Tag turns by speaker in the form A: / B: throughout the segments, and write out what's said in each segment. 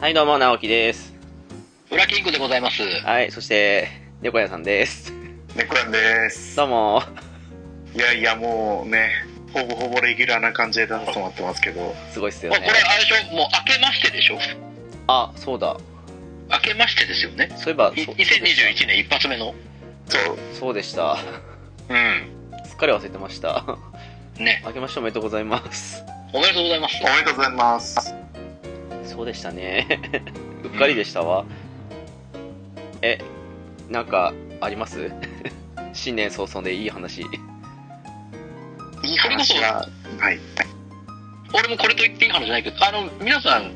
A: はい、どうも、直樹です。
B: ブラキングでございます。
A: はい、そして、猫屋さんです。
C: 猫やんです。
A: どうも。
C: いやいや、もうね、ほぼほぼレギュラーな感じで出させてもらってますけど、
A: すごいっすよ
B: まあ、こ
A: ね
B: れ、。あれでしょ、もう明けましてでしょ
A: あ、そうだ。
B: 明けましてですよね。
A: そういえば、
B: い
A: そ
B: 2021年一発目の。
C: そう、
A: そうでした。
B: うん。
A: すっかり忘れてました。
B: ね。
A: 明けましておめでとうございます。
B: おめでとうございます
C: お。めでとうございます。
A: そうでしたね。うっかりでしたわ。え、なんか、あります新年早々でいい話。
C: いい話が、はい。
B: 俺もこれと言っていい話じゃないけど、あの、皆さん、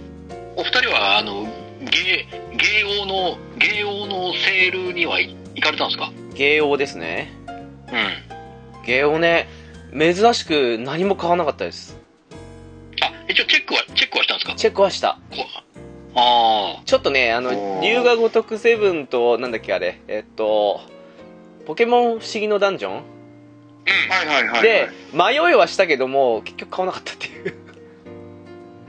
B: お二人は、あの、芸、芸王の、芸王のセールには行かれたんですか
A: 芸王ですね。
B: うん。
A: 芸王ね、珍しく何も買わなかったです。
B: あ、一応チェックは、チェックはしたんですか
A: チェックはした。
B: こあ
A: ちょっとね、あの、
C: おー
A: 龍が如くセブンと、なんだっけあれ、えっと、ポケモン不思議のダンジョン、
C: はいはいはい、はい。
A: で、迷いはしたけども、結局買わなかったっていう。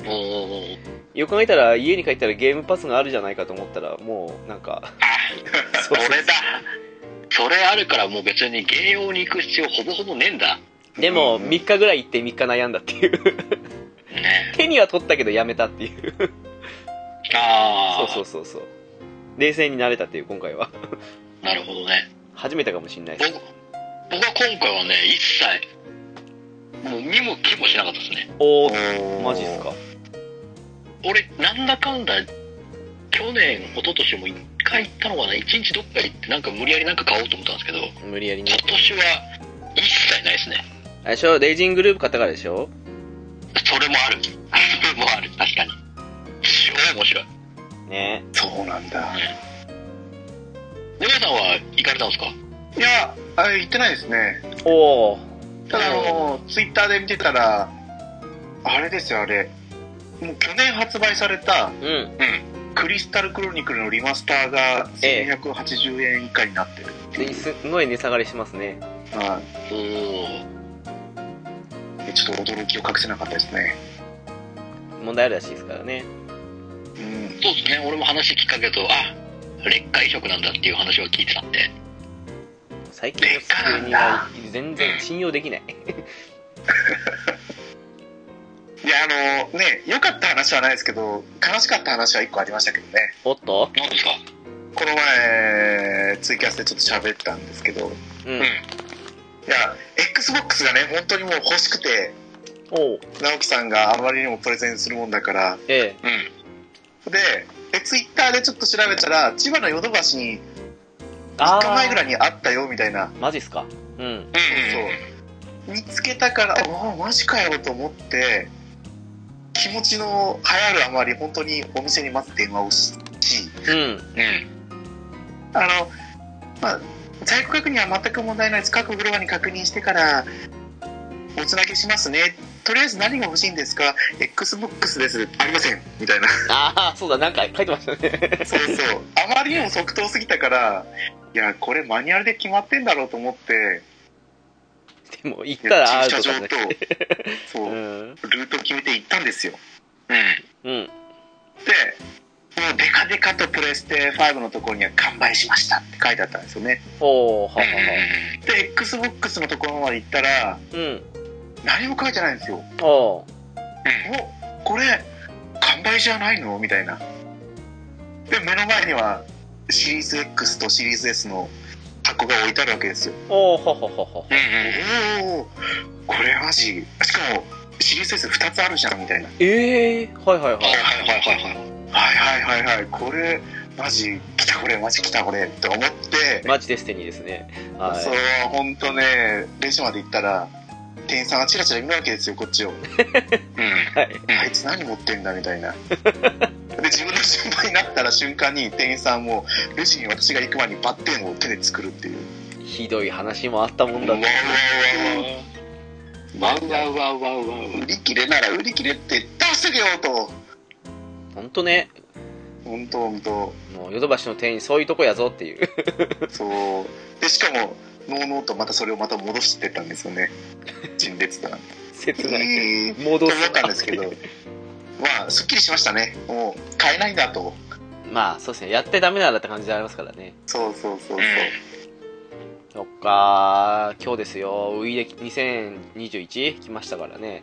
B: あ。おー。
A: よく考えたら、家に帰ったらゲームパスがあるじゃないかと思ったら、もう、なん か、
B: あ、
A: そ
B: そう
A: そう
B: れだ。それあるからもう別に芸王に行く必要ほぼほぼねえんだ。
A: でも、
C: うん
A: 3日ぐらい行って3日悩んだって いう。
B: ね。
A: 手には取ったけどやめたっていう。そ
B: ああ。
A: うそうそうそう。冷静になれたっていう、今回は。
B: なるほどね。
A: 初めてかもしんないで
B: 僕
A: す。、
B: 僕は今回はね、一切、もう見も聞もしなかったですね。
A: おー、
C: おー
A: マジっすか。
B: 俺、なんだかんだ、去年、一昨年も一回行ったのかな、一日どっか行って、なんか無理やりなんか買おうと思ったんですけど、
A: 無理やりね
B: 今。年は一切ないですね。
A: あれでしょ、レイジングループ買ったからでしょ
B: それもある。それもある。確かに。超面白い。
A: ね
C: そうなんだ。
B: ネバさんは行かれたんですか
C: いや、あ言ってないですね。
A: おー、
C: ただ、あの、ツイッターで見てたら、あれですよ、あれ。もう去年発売された
A: うん。
C: クリスタルクロニクルのリマスターが
A: え
C: 1280円以下になってる。
A: ですんごい値下がりしますね
C: は
B: おー。
C: い。でちょっと驚きを隠せなかったですね。
A: 問題あるらしいですからね
C: うん。
B: そうですね。俺も話きっかけと、あ、劣化移植なんだっていう話は聞いてたんで。
A: 最近の普通には全然信用できない
C: いや、あの、ね、良かった話はないですけど、悲しかった話は一個ありましたけどね。
A: おっと
B: 何ですか
C: この前、ツイキャスでちょっと喋ったんですけど、
A: うん
C: いや、Xbox がね、本当にもう欲しくて、
A: おう
C: 直樹さんがあまりにもプレゼンするもんだから、
A: ええ
B: うん。
C: で、でツイッターでちょっと調べたら、千葉のヨドバシに
A: あ
C: 3日前ぐら
A: あ
C: いにあったよみたいな、
A: マジっすかうん
C: そう、見つけたから、あマジかよと思って、気持ちの流行るあまり、本当にお店に待って電話をし、
A: うん
B: うん。
C: あの、まあ、在庫確認は全く問題ないです。各フロアに確認してから、おつなぎしますね。とりあえず何が欲しいんですか ?Xbox です。ありません。みたいな。
A: ああそうだなんか書いてましたね
C: そうそう。あまりにも即答すぎたから、いや、これマニュアルで決まってんだろうと思って、
A: でも行っ
C: い
A: た
C: や
A: らある
C: 駐
A: と
C: 車
A: か
C: 場
A: ね
C: と、 そうう、
A: ん
C: ルートを決めて行ったんですよ。
B: う
A: う
B: ん。
A: ん
C: で、もうデカでかとプレステ5のところには完売しましたって書いてあったんですよね。
A: ほう、ははは
C: で、XBOX のところまで行ったら、
A: うん。
C: 何も書いてないんですよ。
A: あ
C: おこれ、完売じゃないのみたいな。で、目の前には、シリーズ X とシリーズ S の箱が置いてあるわけですよ。
A: あ、おーはははは。
C: おおこれマジ。しかも、シリーズ S2 つあるじゃん、みたいな。
A: ええー、はいはいはい。
B: はいはいはいはい。
C: はいはいはいはい、これ、マジ、来たこれ、マジ来たこれ、って思って、
A: マジデスティニーですね。は
C: そう
A: い。、
C: ほんとね、レジまで行ったら、店員さんがチラチラ見るわけですよ、こっちを。
B: うん。
A: はい。
C: あいつ何持ってんだみたいな。 で、自分の順番になったら瞬間に店員さんも、レジに私が行く前にバッテンを手で作るっていう。
A: ひどい話もあったもんだ
B: わ
A: ね。
B: わわわわ。わわわわわわ。
C: 売り切れなら売り切れって出しとけよと。
A: ほんとね。
C: ほんとほんと。
A: もうヨドバシの店員そういうとこやぞっていう。
C: そう。で、しかも、ノーノーとまたそれをまた戻してったんですよね。陳列だ。
A: 切
C: う
A: ない。
C: ーん
A: 戻
C: と
A: す
C: 思ったんですけど、まあ、すっきりしましたね。もう、買えないんだと。
A: まあ、そうですね。やってダメなんだって感じでありますからね。
C: そうそうそうそう。
A: そっかー今日ですよ。ウイで 2021? 来ましたからね。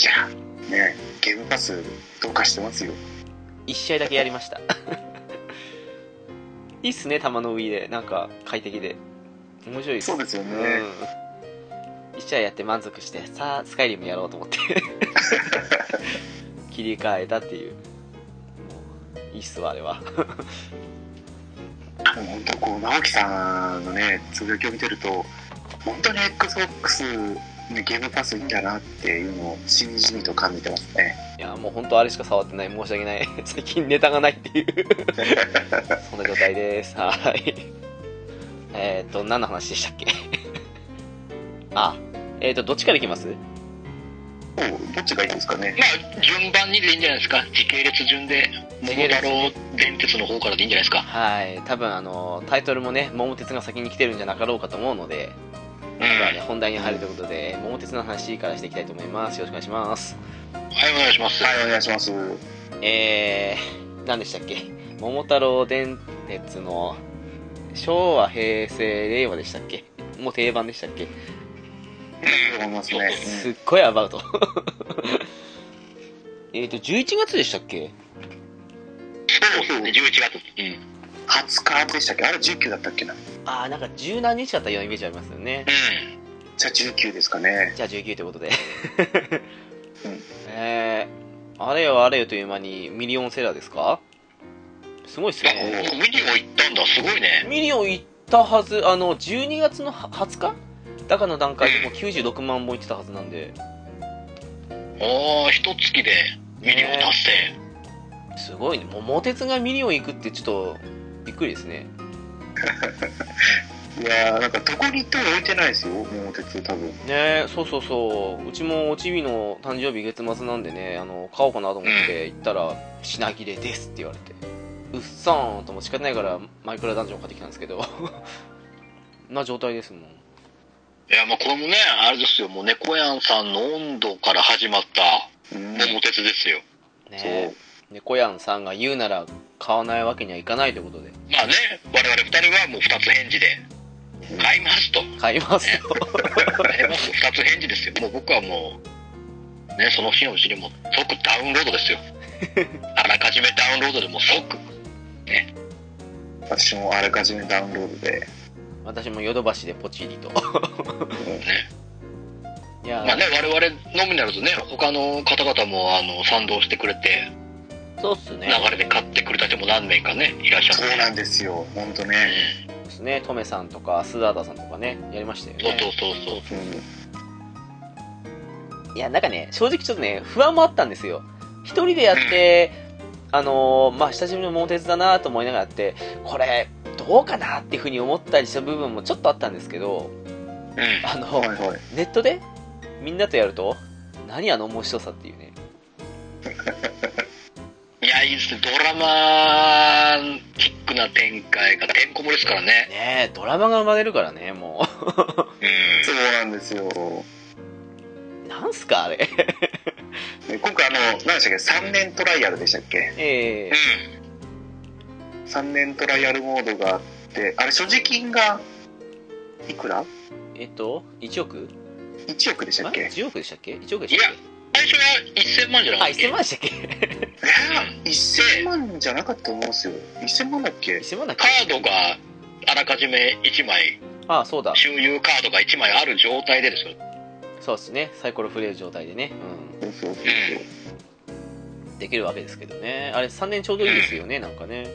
C: いや、ね、ゲームパス、どうかしてますよ。
A: 1試合だけやりました。 いいっすね、玉のウイで。なんか、快適で。面白いです。
C: そうですよね。
A: うん、一試合やって満足してさあスカイリムやろうと 思って切り替えたっていうもういいっすわあれは
C: もう本当、こう、直樹さんのね、つぶやきを見てると、本当に XBOX、ね、ゲームパスいいんだなっていうのを、しみじみと感じてますね。
A: いやもう本当あれしか触ってない申し訳ない 最近ネタがないっていう そんな状態ですはいえっ、ー、と何の話でしたっけ あえっ、ー、とどっちからいきます
C: おどっちがいいですかね。
B: まあ、順番にでいいんじゃないですか。時系列順で、桃太郎電鉄の方からでいいんじゃないですか。
A: はい多分あのタイトルもね桃鉄が先に来てるんじゃなかろうかと思うので
B: うん。
A: まあ
B: は
A: ね
B: い、
A: 本題に入るということで、桃鉄の話からしていきたいと思います。よろしくお願いします。
B: お願いします。
C: はい、お願いします。は
A: えー、何でしたっけ桃太郎電鉄の昭和、平成、令和でしたっけもう定番でしたっけ
C: い、思いますね。
A: すっごいアバウ ト。えっと、11月でしたっけ
B: そうですね、11月。うん。
C: うん、20日でしたっけあれ19だったっけな
A: あー、なんか十何日だったようなイメージありますよね。
C: じゃあ19ですかね。
A: じゃあ19ということで
C: うん。
A: えー、あれよあれよという間にミリオンセラーですかすごいっすよね。
B: うん。あ、ミリオン行ったんだ。すごいね。
A: ミリオン行ったはず、あの、12月の20日だからの段階でもう96万本行ってたはずなんで、
B: おー、一月でミリオン達成。
A: すごいね。桃鉄がミリオン行くってちょっと、びっくりですね。
C: いやー、なんかどこに行っても置いてないですよ、桃鉄、多分。
A: ねえ、そうそうそう。うちもおちびの誕生日月末なんでね、あの、買おうかなと思って行ったら、品切れですって言われて。うっさーんとも仕方ないから、マイクラダンジョン買ってきたんですけど、 な状態ですもん。
B: いや、まあこれもね、あれですよ。もう猫やんさんの温度から始まった
C: うん
B: 桃鉄ですよ。
A: ね
C: そう
A: え。猫やんさんが言うなら、買わないわけにはいかないということで、
B: まあね、我々二人はもう二つ返事で、買いますと。
A: 買いますよ。
B: 買います二つ返事ですよ。もう僕はもう、ね、その日のうちにもう即ダウンロード ですよ。あらかじめダウンロードでもう即。
C: 私もあらかじめダウンロードで。
A: 私もヨドバシでポチリといや、
B: まあね、我々のみならずね、他の方々もあの賛同してくれて、
A: そうっすね
B: 流れで買ってくれた人も何名かね、いらっしゃって。
C: そうなんですよ、ほんとね。
A: そうっすねトメさんとかスダダさんとかねやりましたよ
B: うんそう
A: ね
B: そうそうそう。
C: うん
A: いやなんかね正直ちょっとね不安もあったんですよ一人でやって、あのーまあ久しぶりの桃鉄だなと思いながらやってこれどうかなっていうふうに思ったりした部分もちょっとあったんですけど
B: うん。
A: あの、
C: はいはい。
A: ネットでみんなとやると何あの面白さっていうね
B: いや、いいですね。ドラマチックな展開がてんこ盛りですからね。
A: ねえドラマが生まれるからねも
B: うん
C: そうなんですよ。
A: う なんすかあれ
C: 今回あの、何でしたっけ、3年トライアルでしたっけ
A: ええ
B: う
C: 3年トライアルモードがあってあれ所持金がいくら
A: えっと、1億
C: ?1 億でした
A: ま
C: っけ
A: ?10 億でしたっけ ?1 億でしたっ
B: 最初は1000万じゃ
A: け
B: な
A: あ、
B: かったっけ
A: 1000万でしたっ け
C: えー、1000万じゃなかったと思うんですよ1000万だっけ
A: ?1000 万だっけ
B: カードがあらかじめ1枚
A: ああ、そうだ。
B: 周遊カードが1枚ある状態でですよ
A: そうですね。サイコロ振れる状態でね。
C: そうそうそう
A: うん。できるわけですけどね。あれ、3年ちょうどいいですよね、なんかね。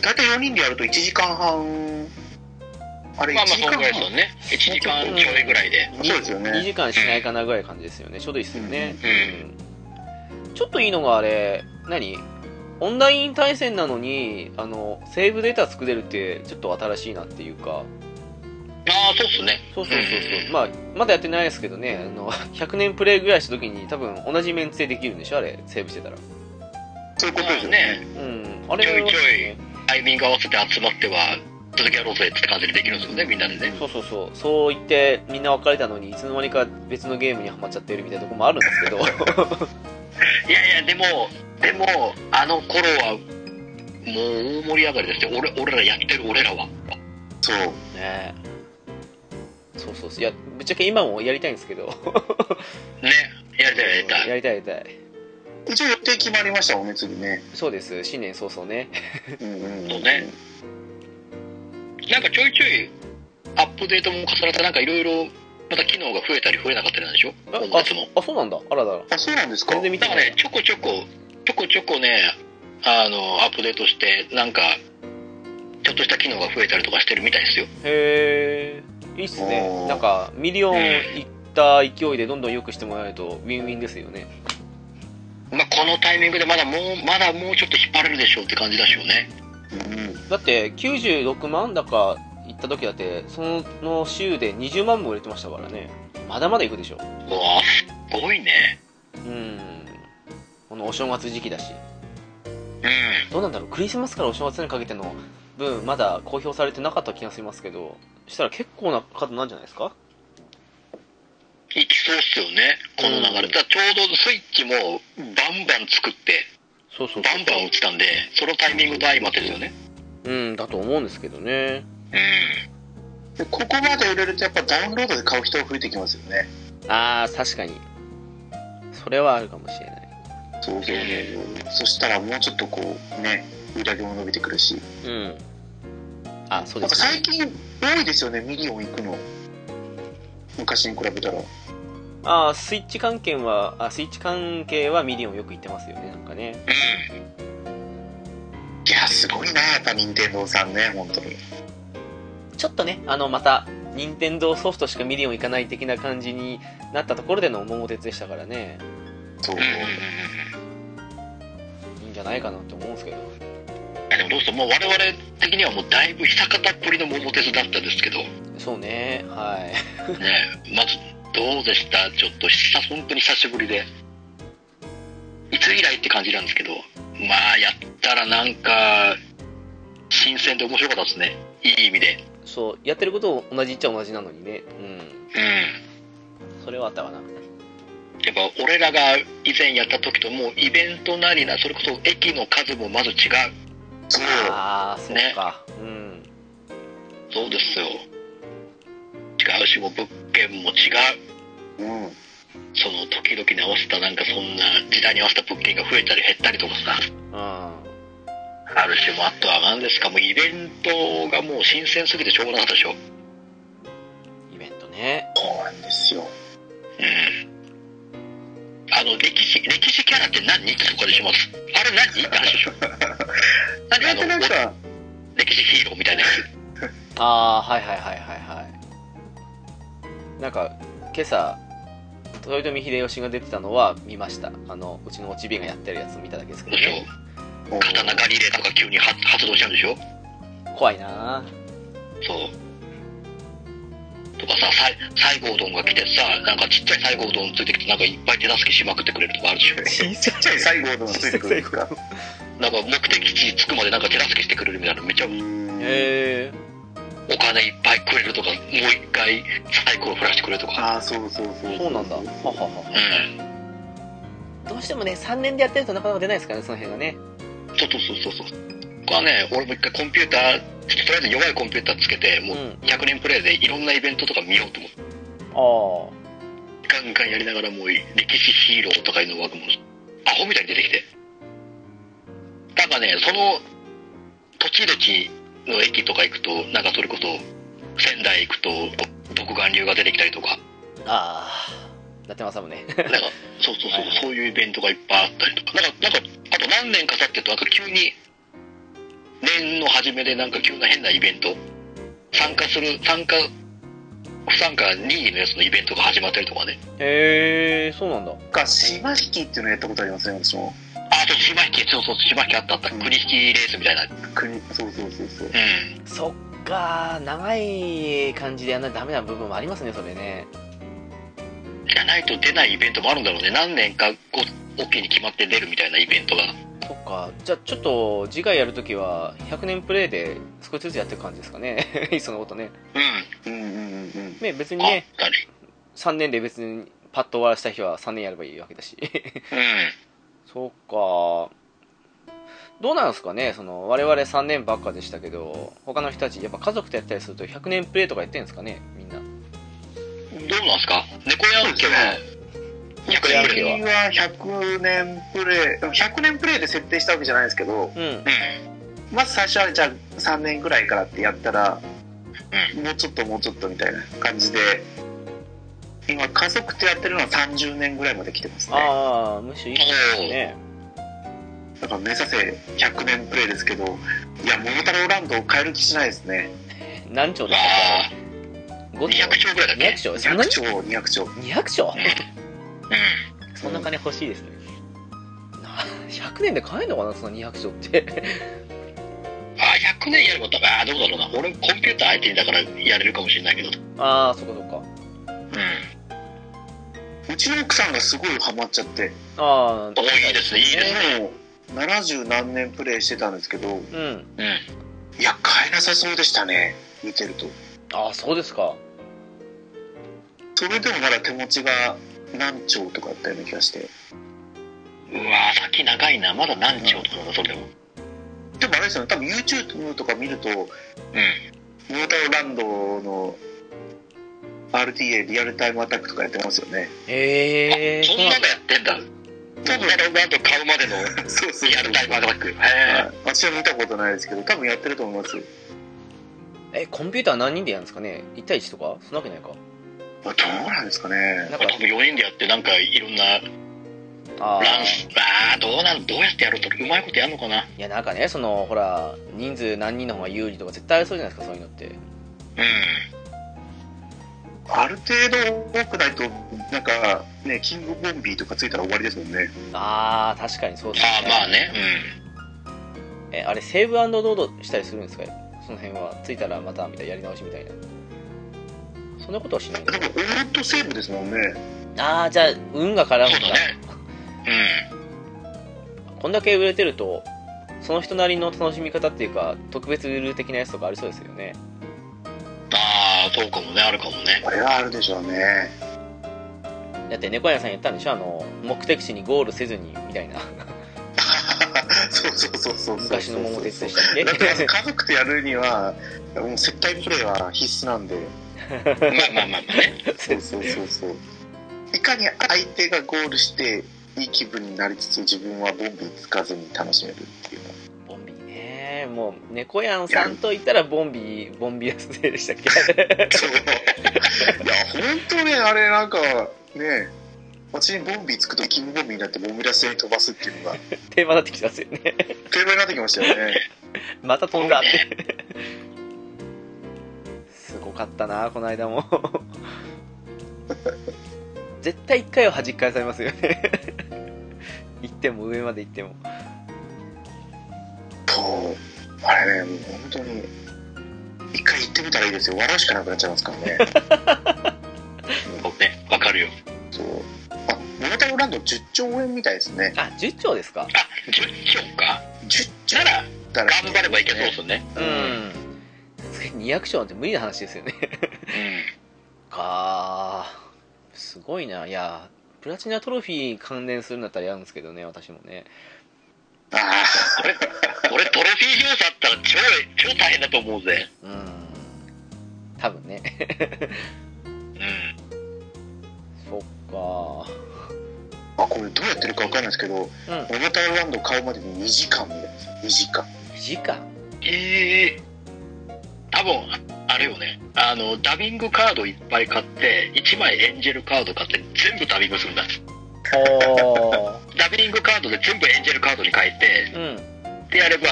C: 大体4人でやると1時間半あれ
B: ま
C: 1
B: あまあ
C: 時
B: そ
C: 間
B: の
C: 半、
B: ぐらいですよね1時間ちょいぐらいで
C: そうですよね
A: 2時間しないかなぐらいの感じですよね。ちょうどいいですよね。
B: うん
A: うんちょっといいのがあれ、何オンライン対戦なのに、あの、セーブデータ作れるって、ちょっと新しいなっていうか。
B: ああそうっすね
A: そうそうそうそう、まあ、まだやってないですけどねあの100年プレイぐらいした時に多分同じメンツでできるんでしょあれセーブしてたら
C: そういうことですよね
A: うんあれは
B: ちょいちょいタイミング合わせて集まっては続けやろうぜって感じでできるんですよねみんなでね
A: そうそうそうそう言ってみんな別れたのにいつの間にか別のゲームにはまっちゃってるみたいなとこもあるんですけど
B: いやいやでもでもあの頃はもう大盛り上がりですよ俺俺らやってる俺らは
C: そう
A: ねそうそうそういやぶっちゃけ今もやりたいんですけど
B: ねやりたいやりたい
A: やりたいやりたい
C: 一応予定決まりましたもんね次ね
A: そうです新年早々ね
C: うんうん
B: そうねなんかちょいちょいアップデートも重なってなんかいろいろまた機能が増えたり増えなかったりなんでしょ
A: あ
B: 今月も
A: あそうなんだあらだら
C: あそうなんですか
A: 全然見て
B: だか
A: な
B: らね
A: い
B: ちょこちょこちょこちょこねあのアップデートしてなんかちょっとした機能が増えたりとかしてるみたいですよ
A: へえいいっすね
C: おー
A: なんかミリオンいった勢いでどんどん良くしてもらえるとウィンウィンですよね
B: まあこのタイミングでまだもうまだもうちょっと引っ張れるでしょうって感じだしよね
C: うん
A: だって96万だか行った時だってその週で20万も売れてましたからねまだまだ行くでしょ
B: うわあすごいね
A: うんこのお正月時期だし
B: うん
A: どうなんだろうクリスマスからお正月にかけての分まだ公表されてなかった気がしますけどしたら結構な数なんじゃないですか
B: いきそうっすよねこの流れ、
A: うん
B: だからちょうどスイッチもバンバン作って
A: そうそう
B: バンバン打ってたんでそのタイミングと相まってですよね
A: うんだと思うんですけどね
B: うん
C: でここまで売れるとやっぱダウンロードで買う人が増えてきますよね
A: ああ確かにそれはあるかもしれない
C: そうそうそしたらもうちょっとこうね売り上げも伸びてくるし
A: うん。あ、そうで
C: なんか
A: すね
C: 最。近多いですよねミリオン行くの昔に比べたら
A: あー、スイッチ関係は、あ、スイッチ関係はミリオンよく言ってますよね、なんかね。
C: いやすごいなやっぱ任天堂さんね本当に
A: ちょっとね、あの、また、任天堂ソフトしかミリオンいかない的な感じになったところでの桃鉄でしたからね、
C: そう、
A: いいんじゃないかなと思うんですけど。
B: でもどうしてもう我々的にはもうだいぶ久方っぷりの桃鉄だった んですけど、ね、
A: そうね、はい。
B: まずどうでしたちょっと久本当に久しぶりでいつ以来って感じなんですけどまあやったらなんか新鮮で面白かったですねいい意味で
A: そう、やってること同じっちゃ同じなのにね。うん。
B: う
A: それはあったかな。
B: んやっぱ俺らが以前やった時ともうイベントなりなそれこそ駅の数もまず違う
C: そう
A: ああ、そうか。うん。
B: そうですよ違うしもう物件も違う
C: うん
B: その時々に合わせたなんかそんな時代に合わせた物件が増えたり減ったりとかさ
A: うん。
B: ある種もうあとは何ですかもうイベントがもう新鮮すぎてしょうがなかったでしょうん
A: イベントね。
C: そうなんですよ
B: あの歴史歴史キャラって何ってとこでしますあれ何って話で しょ何
C: な
B: あ
C: んとな
B: の
C: くは
B: 歴史ヒーローみたいなやつ
A: ああはいはいはいはいはいなんか今朝豊臣秀吉が出てたのは見ましたあのうちのおちびがやってるやつ見ただけ ですけど
B: でし
A: ね
B: ょ
C: お
B: 刀狩りレーとか急に発発動しちゃうんでしょ
A: 怖いな
B: そうとかささ西郷どんが来てさなんかちっちゃい西郷どんついてきてなんかいっぱい手助けしまくってくれるとかあるでしょ
A: 小さ
C: ちっちゃい西郷どんがついてくるんですか
B: なんか目的地に着くまでなんか手助けしてくれるみたいなめっちゃ
C: え
A: へえ
B: お金いっぱいくれるとかもう一回サイコロ振らしてくれるとか
C: ああそうそうそう
A: そうなんだはは
B: う
A: は
B: ん
A: どうしてもね3年でやってるとなかなか出ないですからねその辺がね
B: そうそうそうそうそうこはね、俺も一回コンピューター、ちょっととりあえず弱いコンピューターつけて、もう
A: うん
B: 100年プレイでいろんなイベントとか見ようと思っ
A: あ
B: て、ガンガンやりながらもう歴史ヒーローとかいうの枠も、アホみたいに出てきて。なんかね、その、土地々の駅とか行くと、なんかそれこそ、仙台行くと、独眼流が出てきたりとか、
A: あああなってますもんね
B: なんか、そうそうそう、
A: はいはい
B: そういうイベントがいっぱいあったりとか、なんか、なんか、あと何年か経ってると、なんか急に、年の初めでなんか急な変なイベント、参加する、参加、不参加任意のやつのイベントが始まったりとかね。
A: へえそうなんだ
C: なんか島引きっていうのやったことありますね私も
B: あ、そう、島引き、そうそう、島引きあったあった、
C: うん
B: 国引きレースみたいな。うん。
C: 国そうそうそうそう
A: そっか長い感じでやんないとダメな部分もありますねそれね
B: じゃないと出ないイベントもあるんだろうね。何年かご、おきに決まって出るみたいなイベントが。
A: そっかじゃあちょっと次回やるときは100年プレイで少しずつやっていく感じですかね いっそのことね
B: うん。
C: うんうんうん
A: ね別に
B: あっ
A: ね
B: たり。
A: 3年で別にパッと終わらせた日は3年やればいいわけだし
B: う。
A: そっかどうなんですかねその我々3年ばっかでしたけど他の人たちやっぱ家族とやったりすると100年プレイとかやってるんですかねみんなん
B: どうなんすか猫やんけは、
C: 僕
B: 100
C: や
B: 年
C: る
B: ぶり
C: 気
B: は。
C: は100年プレイでも100年プレイで設定したわけじゃないですけど
A: うん
B: う
C: まず最初はじゃあ3年ぐらいからってやったら、もうちょっともうちょっとみたいな感じで今家族とやってるのは30年ぐらいまで来てますね
A: ああむしろいい
B: ん。おー。
A: ね
C: だから目指せ100年プレイですけどいや桃太郎ランドを変える気しないですね
A: 何兆だ
B: あ
A: った
B: ー
A: 5
B: 200
A: 兆
B: 兆ぐらいだっけ
A: 200兆 そんなに
C: 200兆200兆
A: 200兆
B: う
A: そんな金欲しいですね な100年で買えるのかなその200兆って
B: ん。あー、100年やればだ、あーどうだろうな。俺、コンピューター相手にだからやれるかもしれないけど。うん。
A: ああそっかそっか
C: うちの奥さんがすごいハマっちゃって
A: ああ
B: おーいいですね、いいですね。
C: もう70何年プレイしてたんですけど
A: うん
B: うん。
C: いや変えなさそうでしたね見てると
A: ああそうですか
C: それでもまだ手持ちが何兆とかだったような気がして
B: うわー先長いな。まだ何兆とかだな、それでも。
C: でもあれですよね多分 YouTube とか見ると
B: うん。
C: モーターランドの RTA リアルタイムアタックとかやってますよね
A: ええ
B: そんなのやってんだ。多分、ロバート買うまでの
C: そうそ
B: リアルタイムアタック。へ
C: は
B: え。
C: い私は見たことないですけど多分やってると思いますよ
A: えコンピューター何人でやるんですかね1対1とかそんなわけないか
C: まあどうなんですか
A: な
C: ね
A: んか
B: 多分4人でやって、なんかいろんな
A: ああ
B: ランス、あーどうなん、どうやってやろうと、うまいことやるのかな。
A: いやなんかねそのほら人数何人の方が有利とか絶対ありそうじゃないですかそういうのって
B: うん。
C: ある程度多くないとなんかねキングボンビーとかついたら終わりですもんね
A: ああ確かにそうです
B: あーまあね。うん。
A: えあれセーブロードしたりするんですかその辺はついたらまたみたいなやり直しみたいなそんなことはしない
C: でもオートセーブですもんね
A: ああじゃあ運が絡む
B: そうん
A: だ
B: だね。うん。
A: こんだけ売れてるとその人なりの楽しみ方っていうか特別ルール的なやつとかありそうですよね
B: ああ、そうかもね、あるかもね。
C: これはあるでしょうね
A: だって猫屋さんやったんでしょあの目的地にゴールせずにみたいな
C: そうそうそうそうそう
A: 昔の桃鉄でし
C: だ
A: た
C: っ
A: ってけ
C: 家族とやるにはもう接待プレイは必須なんで
B: まあまあまあまあね。
C: そうそうそうそういかに相手がゴールしていい気分になりつつ自分はボンビーつかずに楽しめるっていうの
A: ボンビーねもう猫やんさんと言ったらボンビーボンビーやつでしたっけ
C: そういや本当ねあれなんかね私にボンビーつくとキングボンビーになってボンビラスに飛ばすっていうのが
A: テーマになってきてますよね
C: 定番になってきましたよね
A: また飛んだってすごかったなこの間も 絶対一回は弾き返されますよね行っても上まで行っても
C: そうあれねもう本当に一回行ってみたらいいですよ笑うしかなくなっちゃいますからね
B: 僕ね、わかるよ。
C: そうあモノタロランド10兆円みたいですね
A: あ10兆ですか
B: あ、10兆か。
C: 10兆
B: なら、
C: だら
B: 頑張ればいけそうですね。
A: う
C: うん
A: ん200兆なんて無理な話ですよね
B: う
A: かーすごいないやプラチナトロフィー関連するんだったらやるんですけどね私もね
C: ああ
B: これ、これトロフィー業者あったら超、超大変だと思うぜ。
A: うん多分ね
B: うん。
A: そっ
C: あこれどうやってるかわかんないですけど、
A: かうん
C: モノタイルランド買うまでに2時間みたいです2時間
A: 2時間
B: ええ多分、あれよね。あの、ダビングカードいっぱい買って、1枚エンジェルカード買って全部ダビングするんだ。
A: おー
B: ダビングカードで全部エンジェルカードに変えて、
A: うん
B: でやれば、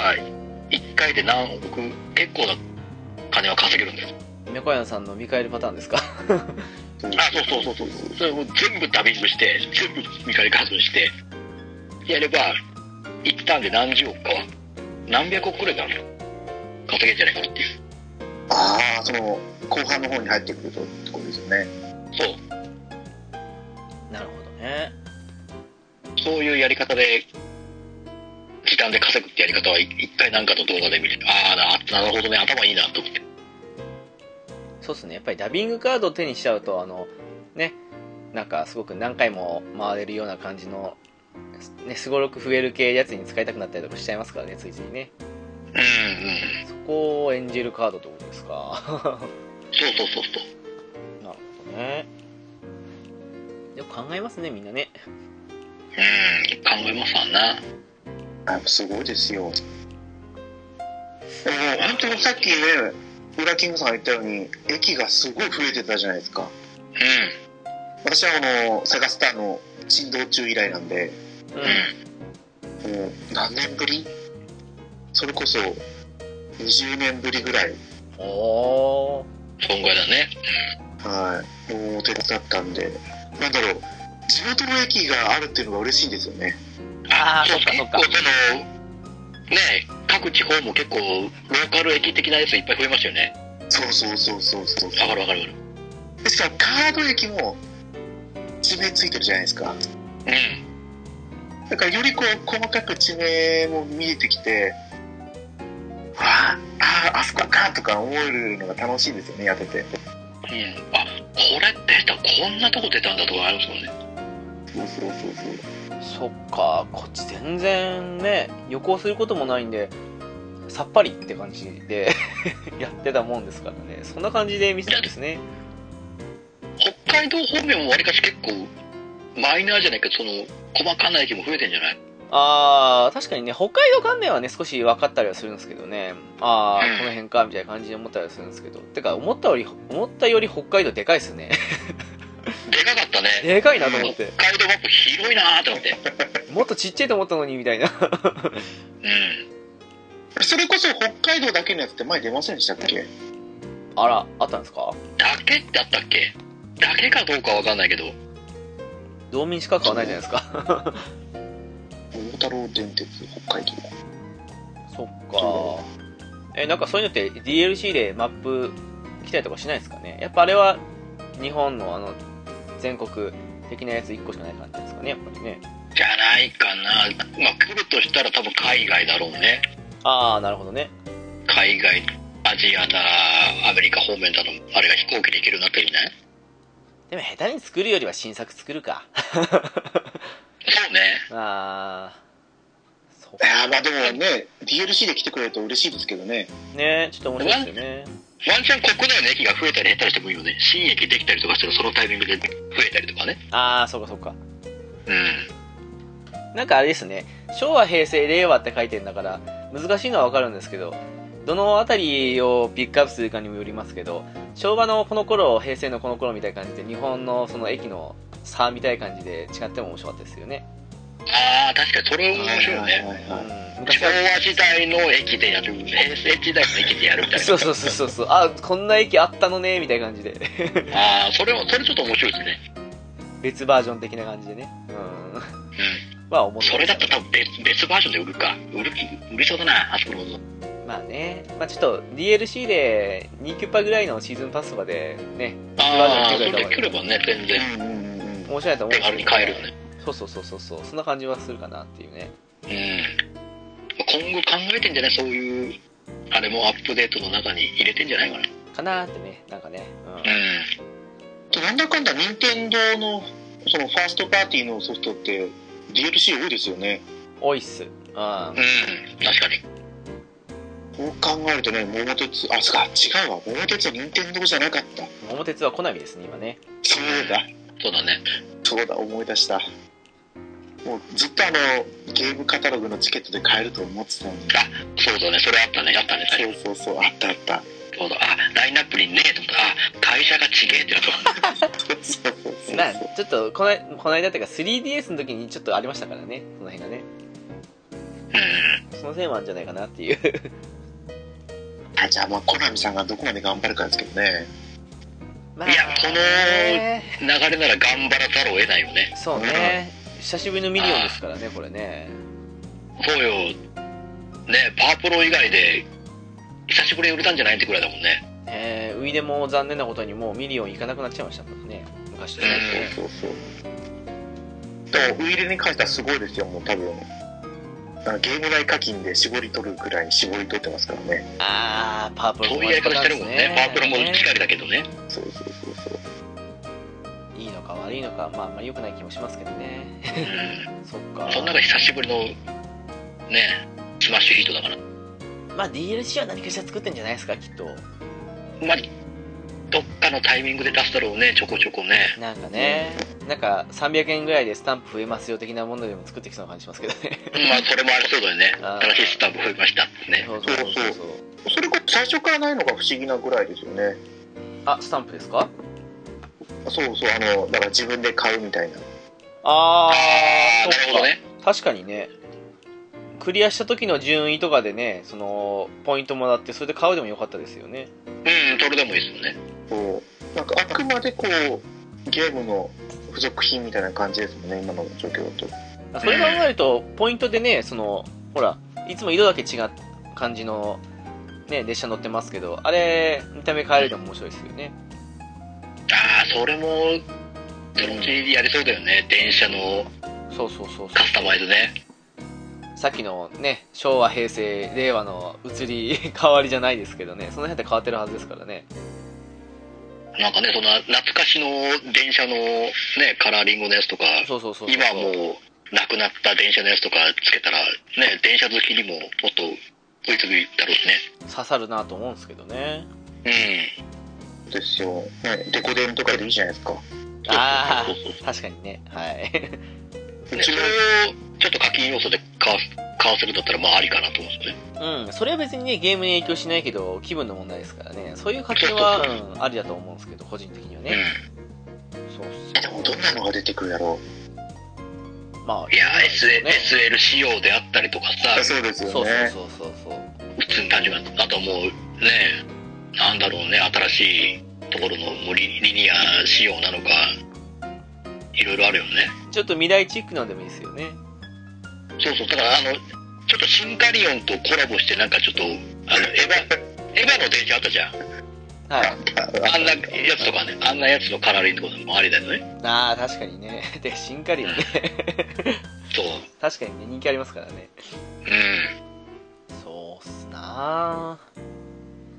B: 1回で何億、結構な金は稼げるんだよ。
A: 猫屋さんの見返りパターンですか
B: あ、そうそうそうそう。それを全部ダビングして、全部見返りカードにして、やれば、一旦で何十億かは、何百億くらいだろう。稼げんじゃないかなっていう。
C: ああその後半の方に入ってくるとってことですよね
B: そう。
A: なるほどね
B: そういうやり方で、時短で稼ぐってやり方は、い一回なんかの動画で見て、ああ、ななるほどね、頭いいなと思って。
A: そうっすねやっぱりダビングカードを手にしちゃうとあのねなんかすごく何回も回れるような感じのねすごろく増える系やつに使いたくなったりとかしちゃいますからねついついね
B: うんうん。
A: そこを演じるカードってことですか
B: そうそうそうそう。
A: なるほどねよく考えますねみんなね
B: うん、考えますわな。
C: やっぱすごいですよでも本当にさっきねウラキングさんが言ったように駅がすごい増えてたじゃないです
B: う
C: か
B: ん、
C: 私はあのサガスターの振動中以来なんで
A: うん
B: うん。
C: もう何年ぶりそれこそ20年ぶりぐらい
A: おー
B: そんぐらいだね。
C: はいもう手伝ったんでなんだろう地元の駅があるっていうのが嬉しいんですよね
A: ああ
B: そ
A: そうっかそっか
B: 結構その、ね、各地方も結構、ローカル駅的なやついっぱい増えましたよね。
C: そうそうそうそうそう
B: わかるわかるわかる。
C: でしかもカード駅も地名ついてるじゃないですか
B: うん。
C: だからよりこう細かく地名も見えてきてあああそこかとか思えるのが楽しいんですよねやってて
B: うん、あこれ出たこんなとこ出たんだとかありますもんね
C: そうそうそうそ
A: そ
C: う
A: っかこっち全然ね旅行することもないんでさっぱりって感じで やってたもんですからねそんな感じで見せたんですね
B: 北海道方面もわりかし結構マイナーじゃないけどその細かな駅も増えてんじゃない
A: あー確かにね北海道関連はね少し分かったりはするんですけどねああ
B: うん
A: この辺かみたいな感じで思ったりはするんですけどてか思ったより思ったより北海道でかいっすよね
B: でかかったね
A: でかいなと思って
B: 北海道マップ広いなーって思って
A: もっとちっちゃいと思ったのにみたいな
B: うん
C: それこそ北海道だけのやつって前出ませんでしたっけ
A: あらあったんですか
B: だけだったっけだけかどうかわかんないけど
A: 道民資格はないじゃないですか
C: 桃太郎電鉄北海道
A: そっかえなんかそういうのって DLC でマップ来たりとかしないですかねやっぱあれは日本のあの全国的なやつ1個しかない感じなんですかねやっぱりね
B: じゃないかなまあ来るとしたら多分海外だろうね
A: ああなるほどね
B: 海外アジアだアメリカ方面だのあれが飛行機で行けるようになってるんじゃない
A: でも下手に作るよりは新作作るか
B: そうね
A: ああそ
C: いやーまあでもね DLC で来てくれると嬉しいですけどね
A: うねちょっと面白いですよね
B: ワンチャン国内の駅が増えたり減ったりしてもいいよね。新駅できたりとかしたらそのタイミングで増えたりとかね。
A: ああそうかそうか
B: うん。
A: なんかあれですね昭和平成令和って書いてんだから難しいのはわかるんですけどどのあたりをピックアップするかにもよりますけど昭和のこの頃平成のこの頃みたいな感じで日本のその駅の差みたいな感じで違っても面白かったですよね、
B: ああ、確かにそれ面白いよね。
C: はいはいはいはい
A: うん、
B: 昭
A: 昔は
B: 和時代の駅でやる、平成時代の駅でやるみたいな。
A: そうそうそうそうそうあこんな駅あったのねみたいな感じで
B: ああ、それも、それちょっと面白いですね。
A: 別バージョン的な感じでねうんまあ思
B: うん。
A: って
B: それだったら多分別別バージョンで売るか。売る、売れそうだな、あそこの。
A: まあね、まあちょっと DLC で2キュッパぐらいのシーズンパスとかでね、
B: ああ、それで来ればね、全然
C: うんうんうんうん
A: 面白いと思うん
B: 手
A: ですけ
B: 軽に
A: ど
B: 買えるよね。
A: そうそうそうそうそう、そんな感じはするかなっていうね。
B: うん。今後考えてんじゃないそういう、あれもアップデートの中に入れてんじゃないかな。
A: かなーってね、なんかね。
B: う。
A: うん
C: なんだかんだ任天堂のそのファーストパーティーのソフトって DLC 多いですよね
A: ん。多いっす。うん。
B: うん、確かに。
C: そう考えるとね、桃鉄、あ、そうか、違うわ。桃鉄は任天堂じゃなかった。
A: 桃鉄はコナミですね、今ね。
C: そうだ。
B: そうだね。
C: そうだ、思い出した。もうずっとあの、ゲームカタログのチケットで買えると思ってたのに。
B: そうだね。それあったね。あったね。
C: そうそうそう、あったあった。
B: そうだ。あ、ラインナップにねえと思った。あ、会社がちげえってなった。
C: そうそうそうそう。
A: なちょっとこのこの間っていうか 3DS の時にちょっとありましたからねその辺がね
B: うん。
A: その線はあるんじゃないかなっていう
C: あじゃあ、まあ、コナミさんがどこまで頑張るかですけどね。
A: ま
B: いやこの
A: ね
B: 流れなら頑張らざるを得ないよね。
A: そうね久しぶりのミリオンですからねこれね
B: そうよ。ねパワープロ以外で、久しぶりに売れたんじゃないってくらいだもんね。
A: えー、ウイでも残念なことにもうミリオン行かなくなっちゃいましたもんね昔とね
C: そうそうそう。でも、ウイレに関してはすごいですよ、もう多分。あのゲーム内課金で絞り取るくらいに絞り取ってますからね。
A: ああパープル
B: そういうやり方してるもんね。パワープロもしかりだけどね。
C: そうそうそうそう。
A: いいのか悪いのかまああんまり良くない気もしますけどね
B: うん。
A: そっか
B: そんなが久しぶりの、ねスマッシュヒートだから。
A: まあ DLC は何かしら作ってんじゃないですかきっと
B: まあ、どっかのタイミングで出すだろうね。ちょこちょこね。
A: なんかねなんか300円ぐらいでスタンプ増えますよ的なものでも作ってきそうな感じしますけどね
B: まあ、それもありそうだよね。
A: あー
B: 新しいスタンプ増えましたってね。
A: そうそうそうそうそう
C: それこそ最初からないのが不思議なぐらいですよね。
A: あスタンプですか
C: そうそう、あの、だから自分で買うみたいな。
A: あ
B: あ
A: あ
B: ー、なるほどね。
A: 確かにねクリアした時の順位とかでねそのポイントもらってそれで買うでもよかったですよね
B: うん、それでもいいですもんね。
C: そう。なんかあくまでこう、ゲームの付属品みたいな感じですもんね、今の状況だと。
A: あそれ考えるとポイントでねそのほらいつも色だけ違う感じのね列車乗ってますけどあれ見た目変えるのも面白いですよね
B: ああ、それも、そのうちやりそうだよね。電車の
A: そうそうそうそ
B: カスタマイズね。
A: うさっきのね昭和平成令和の移り 変わりじゃないですけどねその辺で変わってるはずですからね
B: なんかね、そんな懐かしの電車のね、カラーリングのやつとか、
A: そうそうそうそう
B: 今はもう、なくなった電車のやつとかつけたら、ね、電車好きにももっと追いつくだろうし
A: 刺さるなと思うんですけどね
B: ね。
C: ですよ。ね、デコデンとかでいいじゃないですか。
B: うん。
A: あ
B: そうそうそう
A: あ確かにねはい
B: そうねそれを、ちょっと課金要素で買わす買わせるんだったら、まあありかなと思うんですよね。
A: うんそれは別にねゲームに影響しないけど気分の問題ですからねそういう課金は、うんありだと思うんですけど個人的にはね、そう
C: えでもどんなのが出てくるだろ
A: そうまあ
B: いやー、
A: そう
B: SL,
A: ね
B: SL 仕様であったりとかさ、
C: う。そうです
A: そうそうそうそうそう
B: 普通に単純な、あともうね、なんだろうね、新しいところのもうリリニア仕様なのか、いろいろあるよね。
A: ちょっと未来チックなんでもいいですよね
B: そうそう、だからあの、ちょっとシンカリオンとコラボして、なんかちょっと、あの、エヴァ、エヴァの電車あったじゃん。
A: はい
B: あんなやつとかね、あんなやつのカラーリングとかもありだよね。
A: ああ確かにね でシンカリオンね
B: そう。
A: 確かにね人気ありますからね
B: うん。
A: そうっすな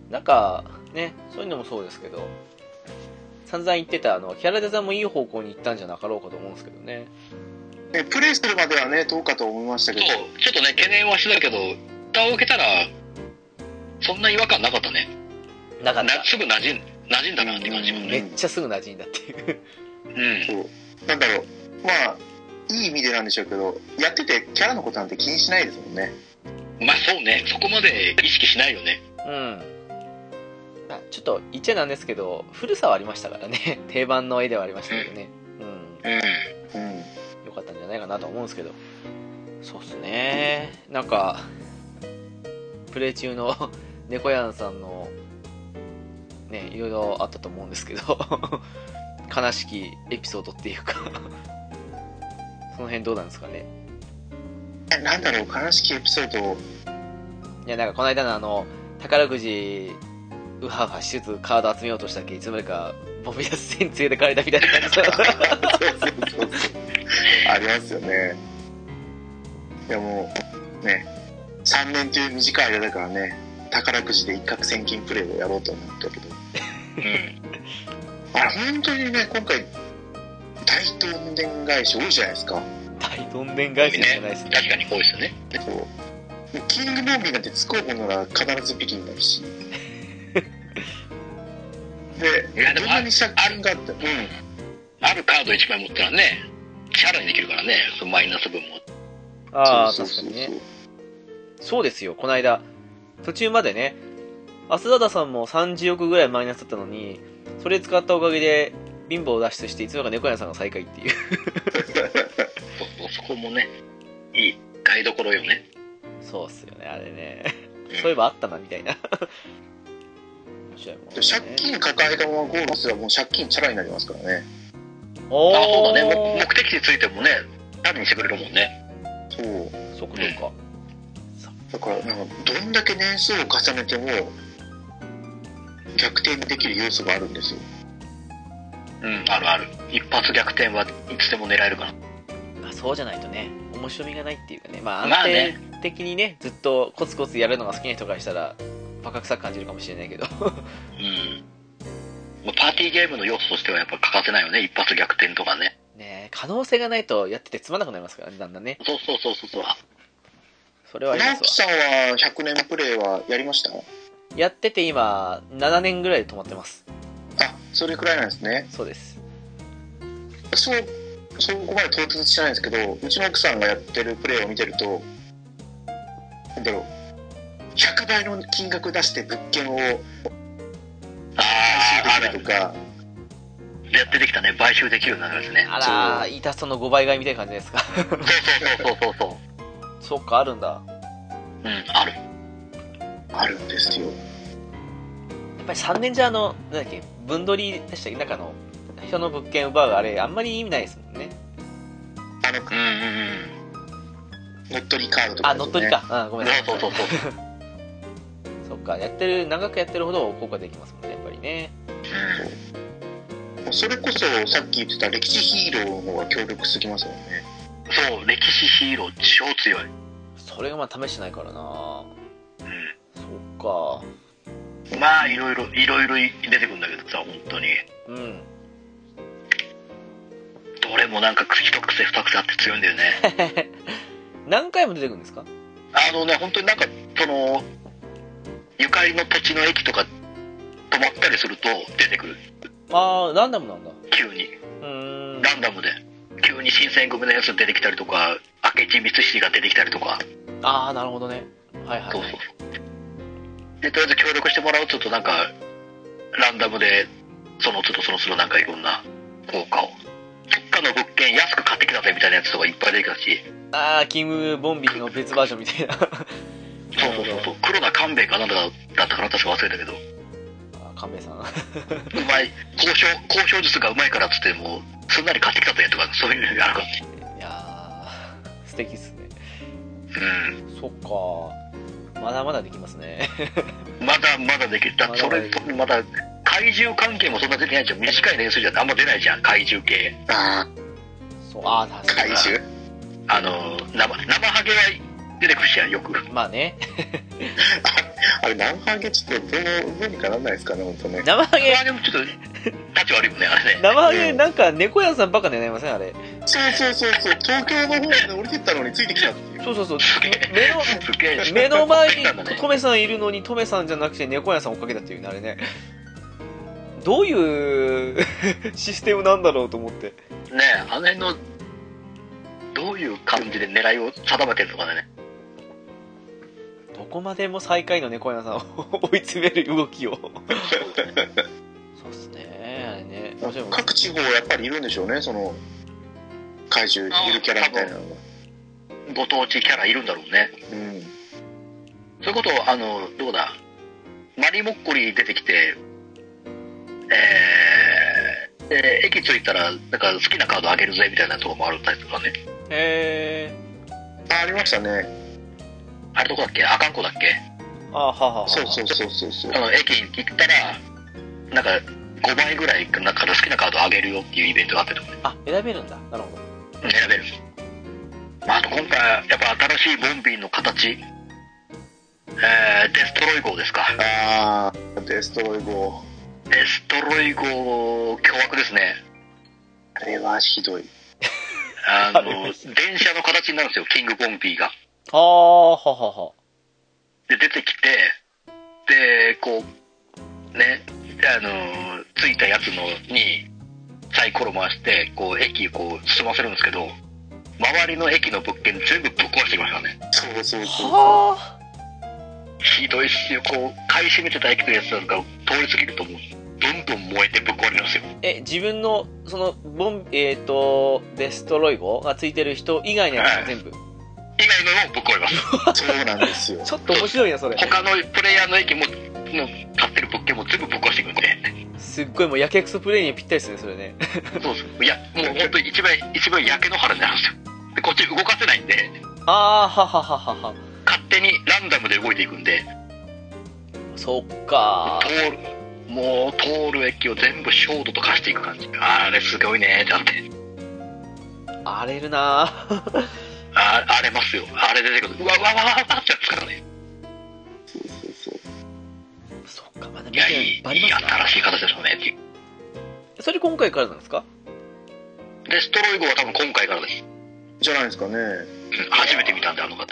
A: ーなんかねそういうのもそうですけど散々言ってたあのキャラデザもいい方向に行ったんじゃなかろうかと思うんですけどね
C: ね、プレイするまではね、どうかと思いましたけど、
B: そう、ちょっとね、懸念はしてたけど、蓋を開けたら、そんな違和感なかったね。
A: なかっ
B: な
A: た
B: すぐ馴染ん馴染んだなって感じもね。
A: めっちゃすぐ馴染んだっていう
B: うん。
C: そうなんだろう。まあ、いい意味でなんでしょうけど、やっててキャラのことなんて気にしないですもんね。
B: まあそうね、そこまで意識しないよね。
A: うんまあちょっと言っちゃなんですけど古さはありましたからね定番の絵ではありましたけどねうん
B: うん。
C: うん。
A: 良かったんじゃないかなと思うんですけどそうっすねなんかプレイ中の 猫やんさんのねいろいろあったと思うんですけど 悲しきエピソードっていうか その辺どうなんですかね
C: えなんだろう、悲しきエピソー ドを
A: いやなんかこの間のあの宝くじうはうはしつつカード集めようとしたっけいつの間にかボビアスに連れてかれたみたいな 感じだ
C: そうそうそうありますよねいやもうね3年という短い間だからね宝くじで一攫千金プレーをやろうと思ったけど
B: うん。
C: あれ本当にね今回大東電返し多いじゃないですか
A: 大どんでん返しじゃないですね。
B: 確かに多いですよね。
C: そうキングボンビーなんて突っ込むのが必ずビリになる し
B: い
C: で
B: やで
C: どん
B: も
C: なに借金があっても
B: あるカード1枚持ったらね、チャラにできるからね、そのマイナス分も。
A: ああ、
C: そう
A: 確
C: そ
A: か
C: うそう
A: に
C: そう
A: ね。そうですよ、この間。途中までね、アスダダさんも30億ぐらいマイナスだったのに、それ使ったおかげで、貧乏を脱出して、いつの間にか猫屋さんが最下位っていう。
B: そうそうそこもね、いい台所よね。
A: そうっすよね、あれね。そういえばあったな、みたいな。面白いもん、ね。
C: で借金抱えたままゴールすればもう借金チャラになりますからね
A: おー
B: あ、そうだね。も目的地についてもね、チャラにしてくれるもんね。
C: そう
A: そっかそっか。
C: だからなんかどんだけ年数を重ねても逆転できる要素があるんですよ
B: うん、あるある。一発逆転はいつでも狙えるから。
A: まあ、そうじゃないとね面白みがないっていうかねまあ
B: まあ
A: 安定
B: ね
A: 的にね,、ずっとコツコツやるのが好きな人からしたらバカ臭く感じるかもしれないけど
B: うん。まあパーティーゲームの要素としてはやっぱ欠かせないよね。一発逆転とかね。
A: ねえ可能性がないとやっててつまんなくなりますからねだんだんね
B: そうそうそうそうそう。
A: それはありま
C: 直
A: す
C: 樹さんは100年プレイはやりました
A: わやってて今7年ぐらいで止まってます
C: あそれくらいなんですね
A: そうです
C: そうそこまで到達してないんですけどうちの奥さんがやってるプレイを見てるとなんだろう100倍の金額出して物件を
B: ああ、ある
C: 買収できるとか
B: やってできたね。買収できるようになるんですね。
A: あらーイタストの5倍買いみたいな感じ ですか
B: そうそうそうそうそうそ
A: そっかあるんだ
B: う。うん、ある。
C: あるんですよ
A: やっぱり3年じゃあのなんだっけ分取りでしたっけなんかあの人の物件奪うあれあんまり意味ないですもんね
C: あの
B: うんうんうん。
C: 乗っ取りカードとか
A: あ
C: です
A: 乗っ
C: よね
A: 取りか、うん、ごめんなさい
B: そうそうそうそう。
A: そっかやってる長くやってるほど効果できますもんねやっぱりね
C: それこそさっき言ってた歴史ヒーローの方が強力すぎますよね
B: そう、歴史ヒーロー超強い。
A: それがまあ試してないからなそっ
B: まあ、いろいろ、いろいろ出てくるんだけどさ、本当に。
A: かうん
B: どれもなんか一癖二癖あって強いんだ よね。
A: 何回も出てくるんですか
B: あのね、本当になんか、その、ゆかりの土地の駅とか止まったりすると出てくる。
A: ああランダムなんだ
B: 急に。
A: うーん
B: ランダムで。急に新選組のやつ出てきたりとか、明智光秀が出てきたりとか。
A: ああなるほどねはいはい
B: そう
A: は
B: そ
A: い
B: うそう。で、とりあえず協力してもらうと、ちょっとなんか、ランダムで、その都度その都度なんかいろんな効果を。どっかの物件安く買ってきたぜみたいなやつとかいっぱい出てきたし、
A: ああキム・ボンビーの別バージョンみたいな
B: そうそうそうそう、黒田官兵衛かなんだかだったかな、確か忘れたけど、う
A: あー勘弁さん
B: まい、交渉、交渉術がうまいからっつって、もう、すんなり買ってきたぜとか、そういうのがあるからね。
A: いやー素敵っすね
B: うん。
A: そっかまだまだできますね
B: まだまだできる。だそれ、まだ、怪獣関係もそんな出てないじゃん。短い年数じゃあんま出ないじゃん、怪獣系。
C: あ
A: そうああ確か
C: 怪
A: に
C: 獣
B: あの、生、生ハゲは出てくるしやん、よく。
A: まあね
C: あれ何ハゲちょっとどうどうにかならないですかね本当ね
A: 生ハゲ
B: 生ハゲもちょっと、立ち悪いもんね、あれね。
A: 生ハゲなんか猫屋さんバカになりませんあれ
C: そうそうそうそう東京の方まで降りてったのについてきたっていう
A: そうそうそう
B: すげえ
A: 目の
B: すげえ
A: 目の前に
B: 撮ってきたんだね
A: トメさんいるのにトメさんじゃなくて猫屋さん追っかけたっていうねあれねどういう システムなんだろうと思って
B: ねえ、あの辺の、どういう感じで狙いを定めてるのかね。
A: どこまでも最下位の猫屋さんを 追い詰める動き をそうっすねあれね面白いもん
C: 各地方やっぱりいるんでしょうねその怪獣いるキャラみたいなのが
B: ご当地キャラいるんだろうね。
C: うん
B: そういうこと、あの、どうだ、マリモッコリ出てきて、えー、えー駅着いたら、なんか好きなカードあげるぜみたいなとこもあるタイプとかね。
A: え
C: あありましたね
B: あれどこだっけあかんこだっけ
A: ー、あははは
C: そうそうそうそうそう
B: あの、駅行ったら、なんか5倍ぐらい、なんか好きなカードあげるよっていうイベントがあったりとかね。
A: あ選べるんだなるほど
B: 選べる。まあ、あと今回、やっぱ新しいボンビーの形、えー、デストロイ号ですか。
C: ああデストロイ号
B: デストロイ号、凶悪ですね。
C: あれはひどい
B: あ
A: あり
B: の
A: ま、
B: 電車の形になるんですよ、キングボンビーが。
A: ああ、ははは。
B: で、出てきて、で、こう、ね、あの、着いたやつのに、サイコロ回して、こう、駅をこう、進ませるんですけど、周りの駅の物件全部ぶっ壊してきましたね。
C: そうそ うそう。
A: はあ。
B: ひどいっすよ、こう、買い占めてた駅のやつなんか通り過ぎるともう、どんどん燃えてぶっ壊れるんですよ。
A: え、自分の、その、ボン、えっ、と、デストロイ語がついてる人以外のやつも全部。
B: 以外のもぶっ壊れます。
C: そうなんですよ。
A: ちょっと面白いな、それ。
B: 他のプレイヤーの駅も、の買ってる物件も全部ぶっ壊していくんで。
A: すっごいもう、やけくそプレイにはぴったりですね、それね。
B: そうです。いや、もう本当に一番、一番焼け野原になるんですよ。で、こっち動かせないんで、
A: ああ、ははははは。
B: 勝手にランダムで動いていくんで、
A: そっか
B: 通。る、もう通る駅を全部ショートと化していく感じ。あれすごいねってなって。
A: 荒れるなー
B: あ荒れますよ。あれ出てくる。うわ、うわ、うわ、うわ、うわってやつからね。
C: そうそうそう。
A: そっか、まだ
B: いや、いい、いい
A: バリバリ
B: 新しい形ですよねっていう。
A: それ今回からなんですか
B: デストロイ号は多分今回からです。
C: じゃないですかね。
B: うん初めて見たんで、あの方。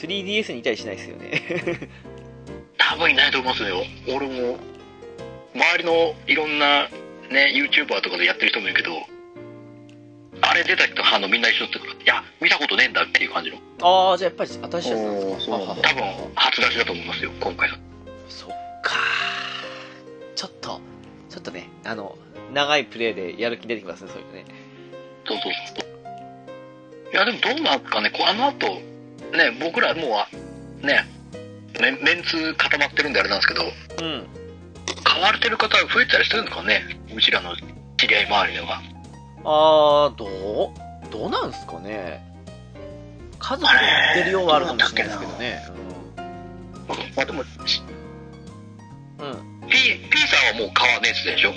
A: 3DS にいたりしないですよね
B: 多分いないと思いますよ。俺も、周りのいろんなね、YouTuber とかでやってる人もいるけど、あれ出た人の反応みんな一緒だったから、いや、見たことねえんだっていう感じの、
A: ああじゃあやっぱり新しいやつなんです
C: おーそうなんだ
B: 多分初出しだと思いますよ、今回の。
A: そっかーちょっとちょっとねあの長いプレイでやる気出てきますねそういうのね
B: そうそうそう。いや、でもどうなんですかね、こうあの後、ね、僕らもうあ、ね、メンメンツ固まってるんであれなんですけど、
A: うん
B: 買われてる方が増えたりしてるんですかね、うちらの知り合い周りのが。
A: ああどうどうなんすかね家族でやってるようはあるかもしれないですけどね
B: まあでも、
A: うん、うん、
B: P, P さんはもう買わねえっつってでしょ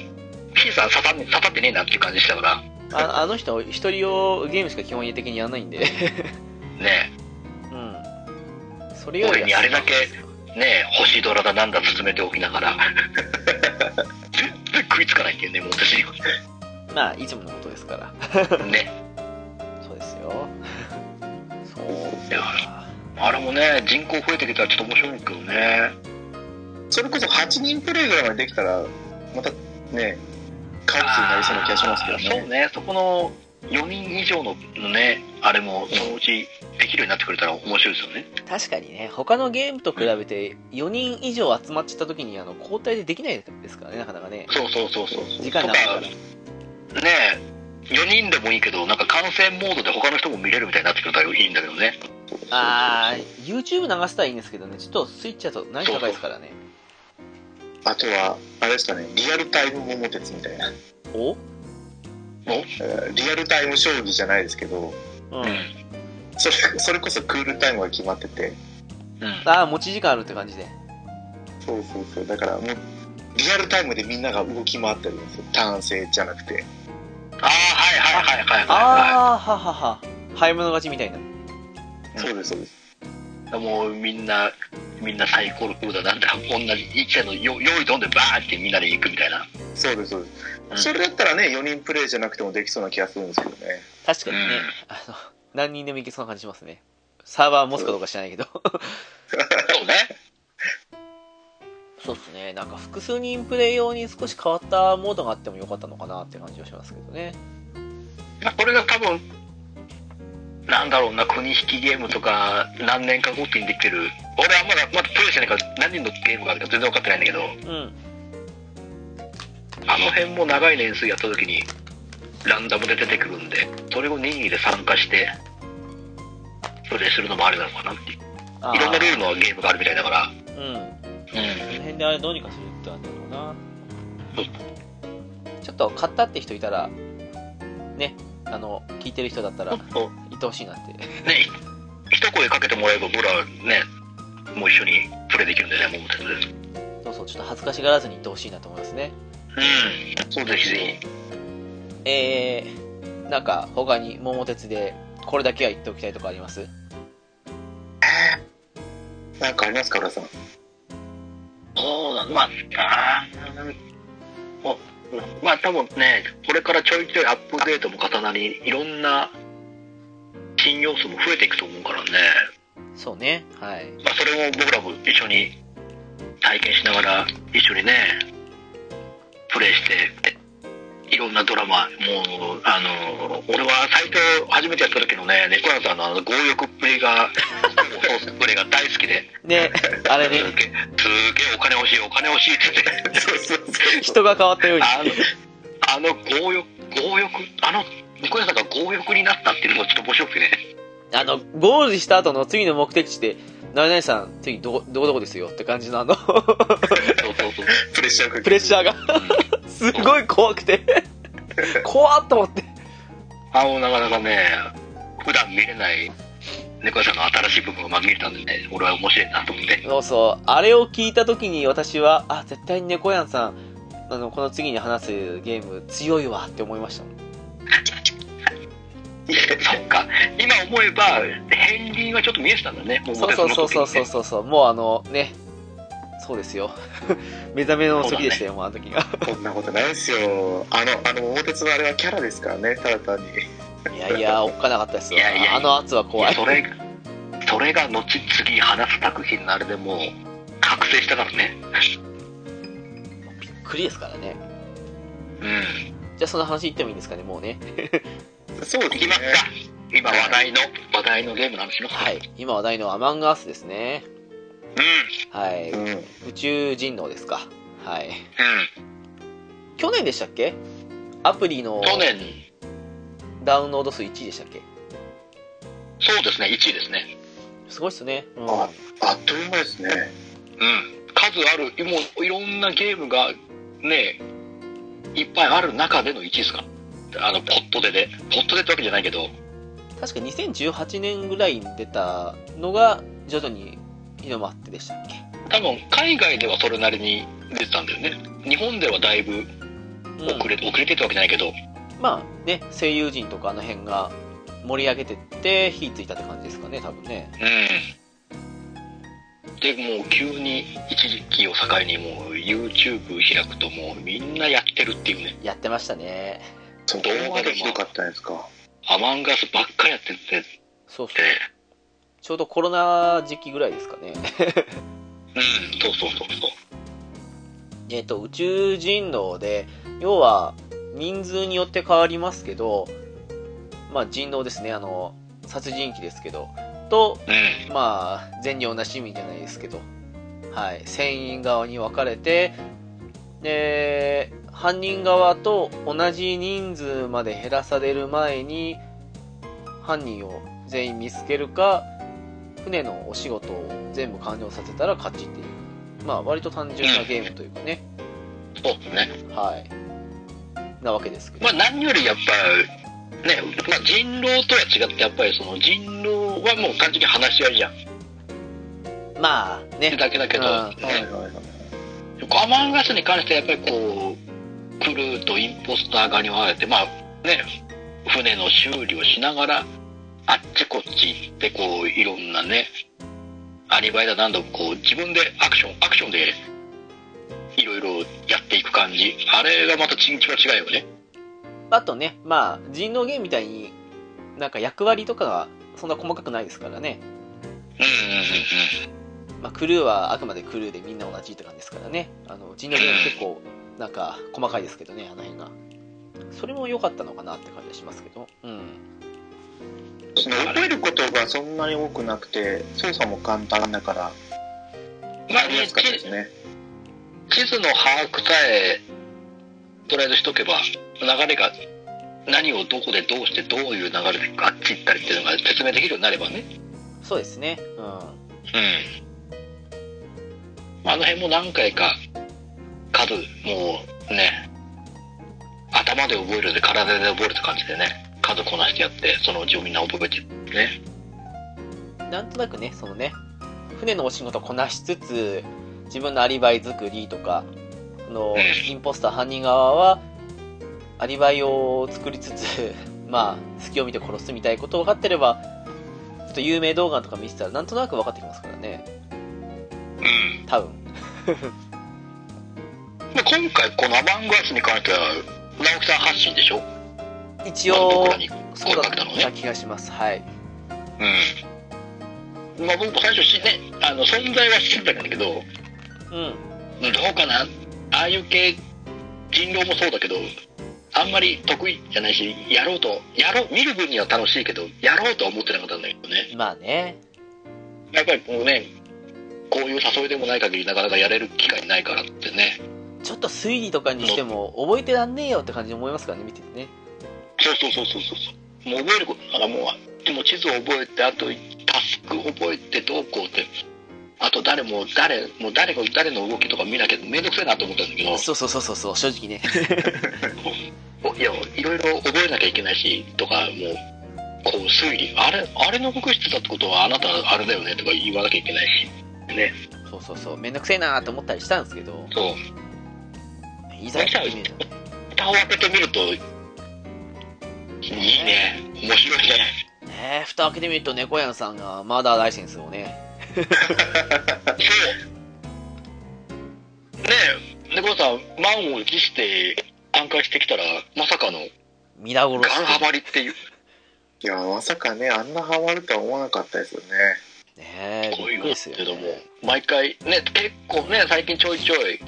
B: P さん刺さん刺さってねえなっていう感じしたから
A: ああの人一人用ゲームしか基本的にやらないんで
B: ね
A: うんそれより
B: 俺にあれだけえねえ星ドラだなんだ進めておきなが ら全然食いつかないっていうねもう私には
A: まあいつものことですから
B: ね
A: そうですよ そうか
B: あれもね人口増えてきたらちょっと面白いんですけどね
C: それこそ8人プレイぐらいまでできたら、またね、カオスになりそうな気がしますけど
B: あーそう
C: ね。
B: ねそこの4人以上のねあれもそのうちできるようになってくれたら面白いですよね
A: 確かにね他のゲームと比べて4人以上集まっちゃった時にあの交代でできないですからねなかなかね
B: そうそうそうそう
A: 時間なかったら
B: ねえ4人でもいいけどなんか観戦モードで他の人も見れるみたいになってくれたらいいんだけどね
A: あー YouTube 流したらいいんですけどねちょっとスイッチだと難易度高いですからね
C: あとは、あれですかね、リアルタイム桃鉄みたいな。
A: お
C: えーリアルタイム将棋じゃないですけど、
A: う
B: うん
A: ん、
C: それそれこそクールタイムが決まってて、
B: うん
A: ああ持ち時間あるって感じで
C: そうそうそう、だからもう、リアルタイムでみんなが動き回ってるんですよ。単性じゃなくて。
B: ああ、はいはいはいはいは
A: ああははは早い者勝ちみたいな
C: そうです、そうです。
B: いはい。もうみんな、みんなサイコロ風だなんだ、同じ、一社のよ用意どんでバーってみんなで行くみたいな。
C: そうです、そうで
B: うん
C: す。それだったらね、4人プレイじゃなくてもできそうな気がするんですけどね。
A: 確かにね、
B: うん
A: あの何人でもいけそうな感じしますねサーバー持つかどうか知らないけど
B: そうね。
A: そうっすね、なんか複数人プレイ用に少し変わったモードがあってもよかったのかなって感じはしますけどね。
B: これが多分、なんだろうな、国引きゲームとか、何年かごとにできてる。俺はまだ、まだプレイしてないから、何人のゲームがあるか全然分かってないんだけど、
A: うん。
B: あの辺も長い年数やった時に、ランダムで出てくるんで、それを任意で参加して、プレイするのもありなのかなっていう。
A: あー
B: いろんなルールのゲームがあるみたいだから、
A: うん。
B: うん
A: この。辺であれどうにかするって感じだろうな。ちょっと買ったって人いたら、ね、あの、聞いてる人だったら、
B: ちょっと
A: 言ってほしいなって。
B: ね、一声かけてもらえば、僕らね、もう一緒にプレイできるんでね、桃鉄で。う
A: そうそう、ちょっと恥ずかしがらずに言ってほしいなと思いますね。
B: ん、
C: そう
B: ぜ
C: で
B: ひ
C: す
B: ぜひ。
A: えー、なんか他に桃鉄でこれだけは言っておきたいとかあります
C: なんかありますか、浦さん。
B: そうだ、まあ、あーおまあ多分ね、これからちょいちょいアップデートも重なり、いろんな新要素も増えていくと思うからね、
A: そうね。はい。
B: まあ、それを僕らも一緒に体験しながら、一緒にね、プレイして、いろんなドラマ、もう、あの、俺はサイト初めてやった時のね、猫屋さんのあの強欲っぷ りが、ソースプレイが大好きで、
A: ね、あれ
B: すげえ、
A: ね、
B: すげえお金欲しい、お金欲しいって言って。
C: そうそう
A: 人が変わったように。
B: あの、あの強欲、強欲、あの、向山さんが強欲になったっていうのがちょっと面白くてね。
A: あの、ゴールした後の次の目的地で、な々さん、次どこ、どこどこですよって感じのあ の、
B: そうそうそう。
C: プレッシャーかけ
A: プレッシャーがすごい怖くて怖っと思って
B: あの、なかなかね、普段見れない猫屋さんの新しい部分がまず見れたんでね、俺は面白いなと思って。
A: そうそうあれを聞いた時に私はあ絶対に猫やんさんあのこの次に話すゲーム強いわって思いましたもん
B: いやそっか。今思えば、片鱗はちょっと見えてたんだね、も
A: そうそうそうそうそう
B: そ
A: そうそうもうあのねそうですよ 目覚めの時でしたよ、もうあの時が
C: そんなことないですよ。あの、あの、桃鉄のあれはキャラですからね、ただ単に。
A: いやいやおっかなかったですよ
B: いやいやいや
A: あの圧は怖い
B: それ、それが後次話す作品のあれでもう、覚醒したからね。
A: クリですからね
B: うん。
A: じゃあその話いってもいいんですかねもうね
C: そう
B: いきますか。今話題の、話題のゲームの話しますか
A: はい。今話題のアマンガースですね
B: うん。
A: はい
C: うん。
A: 宇宙人狼ですかはい
B: うん。
A: 去年でしたっけアプリの
B: 去年、
A: ダウンロード数1位でしたっけ
B: そうですね、1位ですね。
A: すごいっすね、うん
C: あ、あっという間ですね。
B: うん。数ある、もういろんなゲームが、ね、いっぱいある中での1位ですか。あの、ポットでで。ポットでってわけじゃないけど、
A: 確か2018年ぐらいに出たのが徐々に広まってでしたっけ
B: 多分海外ではそれなりに出てたんだよね。日本ではだいぶ
A: うん
B: 遅れ,、遅れてたわけじゃないけど、
A: まあね声優陣とかあの辺が盛り上げてって火ついたって感じですかね多分ね
B: うん。で、もう急に一時期を境にもう YouTube 開くともうみんなやってるっていうね。
A: やってましたね
C: そこまでひどかったじゃないですか。
B: アマンガスばっかりやってて、
A: そうそうちょうどコロナ時期ぐらいですかね
B: うん、そうそうそうそう。
A: えっと宇宙人狼で要は人数によって変わりますけどまあ人狼ですねあの殺人鬼ですけどと
B: うん、
A: まあ、善良な市民じゃないですけど、はい、船員側に分かれて、で、犯人側と同じ人数まで減らされる前に、犯人を全員見つけるか、船のお仕事を全部完了させたら勝ちっていう、まあ、割と単純なゲームというかね、
B: そうですね。
A: はい、なわけですけど
B: まあ、何よりやっぱ、ね、まあ、人狼とは違って、やっぱりその人狼はもう完全に話し合いじゃん。っ
A: まあ、
B: て
A: ね、
B: だけだけど、
A: うん
C: はい
B: ね、
C: はいはい。
B: アマンガスに関してはやっぱりこう、クルーとインポスター側に分かれて、まあ、ね、船の修理をしながら、あっちこっち行って、こう、いろんなね、アリバイだ何度もこう、自分でアクション、アクションで、いろいろやっていく感じ。あれがまたちんちは違うよね。
A: あとね、まあ、人狼ゲームみたいになんか役割とかがそんな細かくないですからね。
B: うんうんうんうん。
A: まあ、クルーはあくまでクルーでみんな同じって感じですからねあのうちのゲーム結構なんか細かいですけどねあの辺がそれも良かったのかなって感じがしますけどうん
C: その覚えることがそんなに多くなくて、操作も簡単だから、
B: まあ
C: やりやすかったですね。
B: 地図の把握さえとりあえずしとけば流れが何をどこでどうしてどういう流れであっち行ったりっていうのが説明できるようになればね
A: そうですねうん
B: うんあの辺も何回か数もうね頭で覚えるで体で覚えるって感じでね数こなしてやってそのうちをみんな覚えてね
A: なんとなくねそのね船のお仕事こなしつつ自分のアリバイ作りとかあの
B: うん
A: インポスター犯人側はアリバイを作りつつ まあ隙を見て殺すみたいなことを分かってればちょっと有名動画とか見てたらなんとなく分かってきますからね
B: うん
A: 多分
B: で今回このアマングアスに関しては直木さん発信でしょ
A: 一
B: まず僕
A: 応
B: らに
A: そう
B: 声
A: だ
B: かけたの
A: った
B: ね
A: 気がしますはい
B: うんまあ僕も最初しねあの存在は知ってたんだけどど
A: うん
B: うかなああいう系人狼もそうだけどあんまり得意じゃないしやろうとやろう見る分には楽しいけどやろうとは思ってなかったんだけどね
A: まあね
B: やっぱりこうねこういう誘いでもない限りなかなかやれる機会ないからってね
A: ちょっと推理とかにしても覚えてらんねえよって感じに思いますからね見ててね
B: そうそうそうそうそうそうもう覚えることなんかもうでも地図を覚えてあとタスク覚えてどうこうってあと誰も誰もう誰が誰の動きとか見なきゃめんどくせえなと思ったんだけど
A: そうそうそうそうそう正直ね
B: おいやいろいろ覚えなきゃいけないしとかもうこう推理あれあれの動きしてたってことはあなたあれだよねとか言わなきゃいけないしね
A: そうそうそうめんどくせえなーって思ったりしたんですけど
B: そう
A: いざってみるとね
B: 蓋を開けてみるといいね面白いね
A: ねえ蓋開けてみると猫やんさんがマーダーライセンスをね
B: そうねえ猫さん満を持して挽回してきたらまさかの
A: 皆殺
B: ガン
A: し
B: ハ
A: てね
B: マりっていう
C: いやまさかねあんなハマるとは思わなかったですよね
A: え
B: こう
A: び
B: い
A: っ
B: う
A: くり
B: の
A: ですよ
B: けども毎回ね結構ね最近ちょいちょい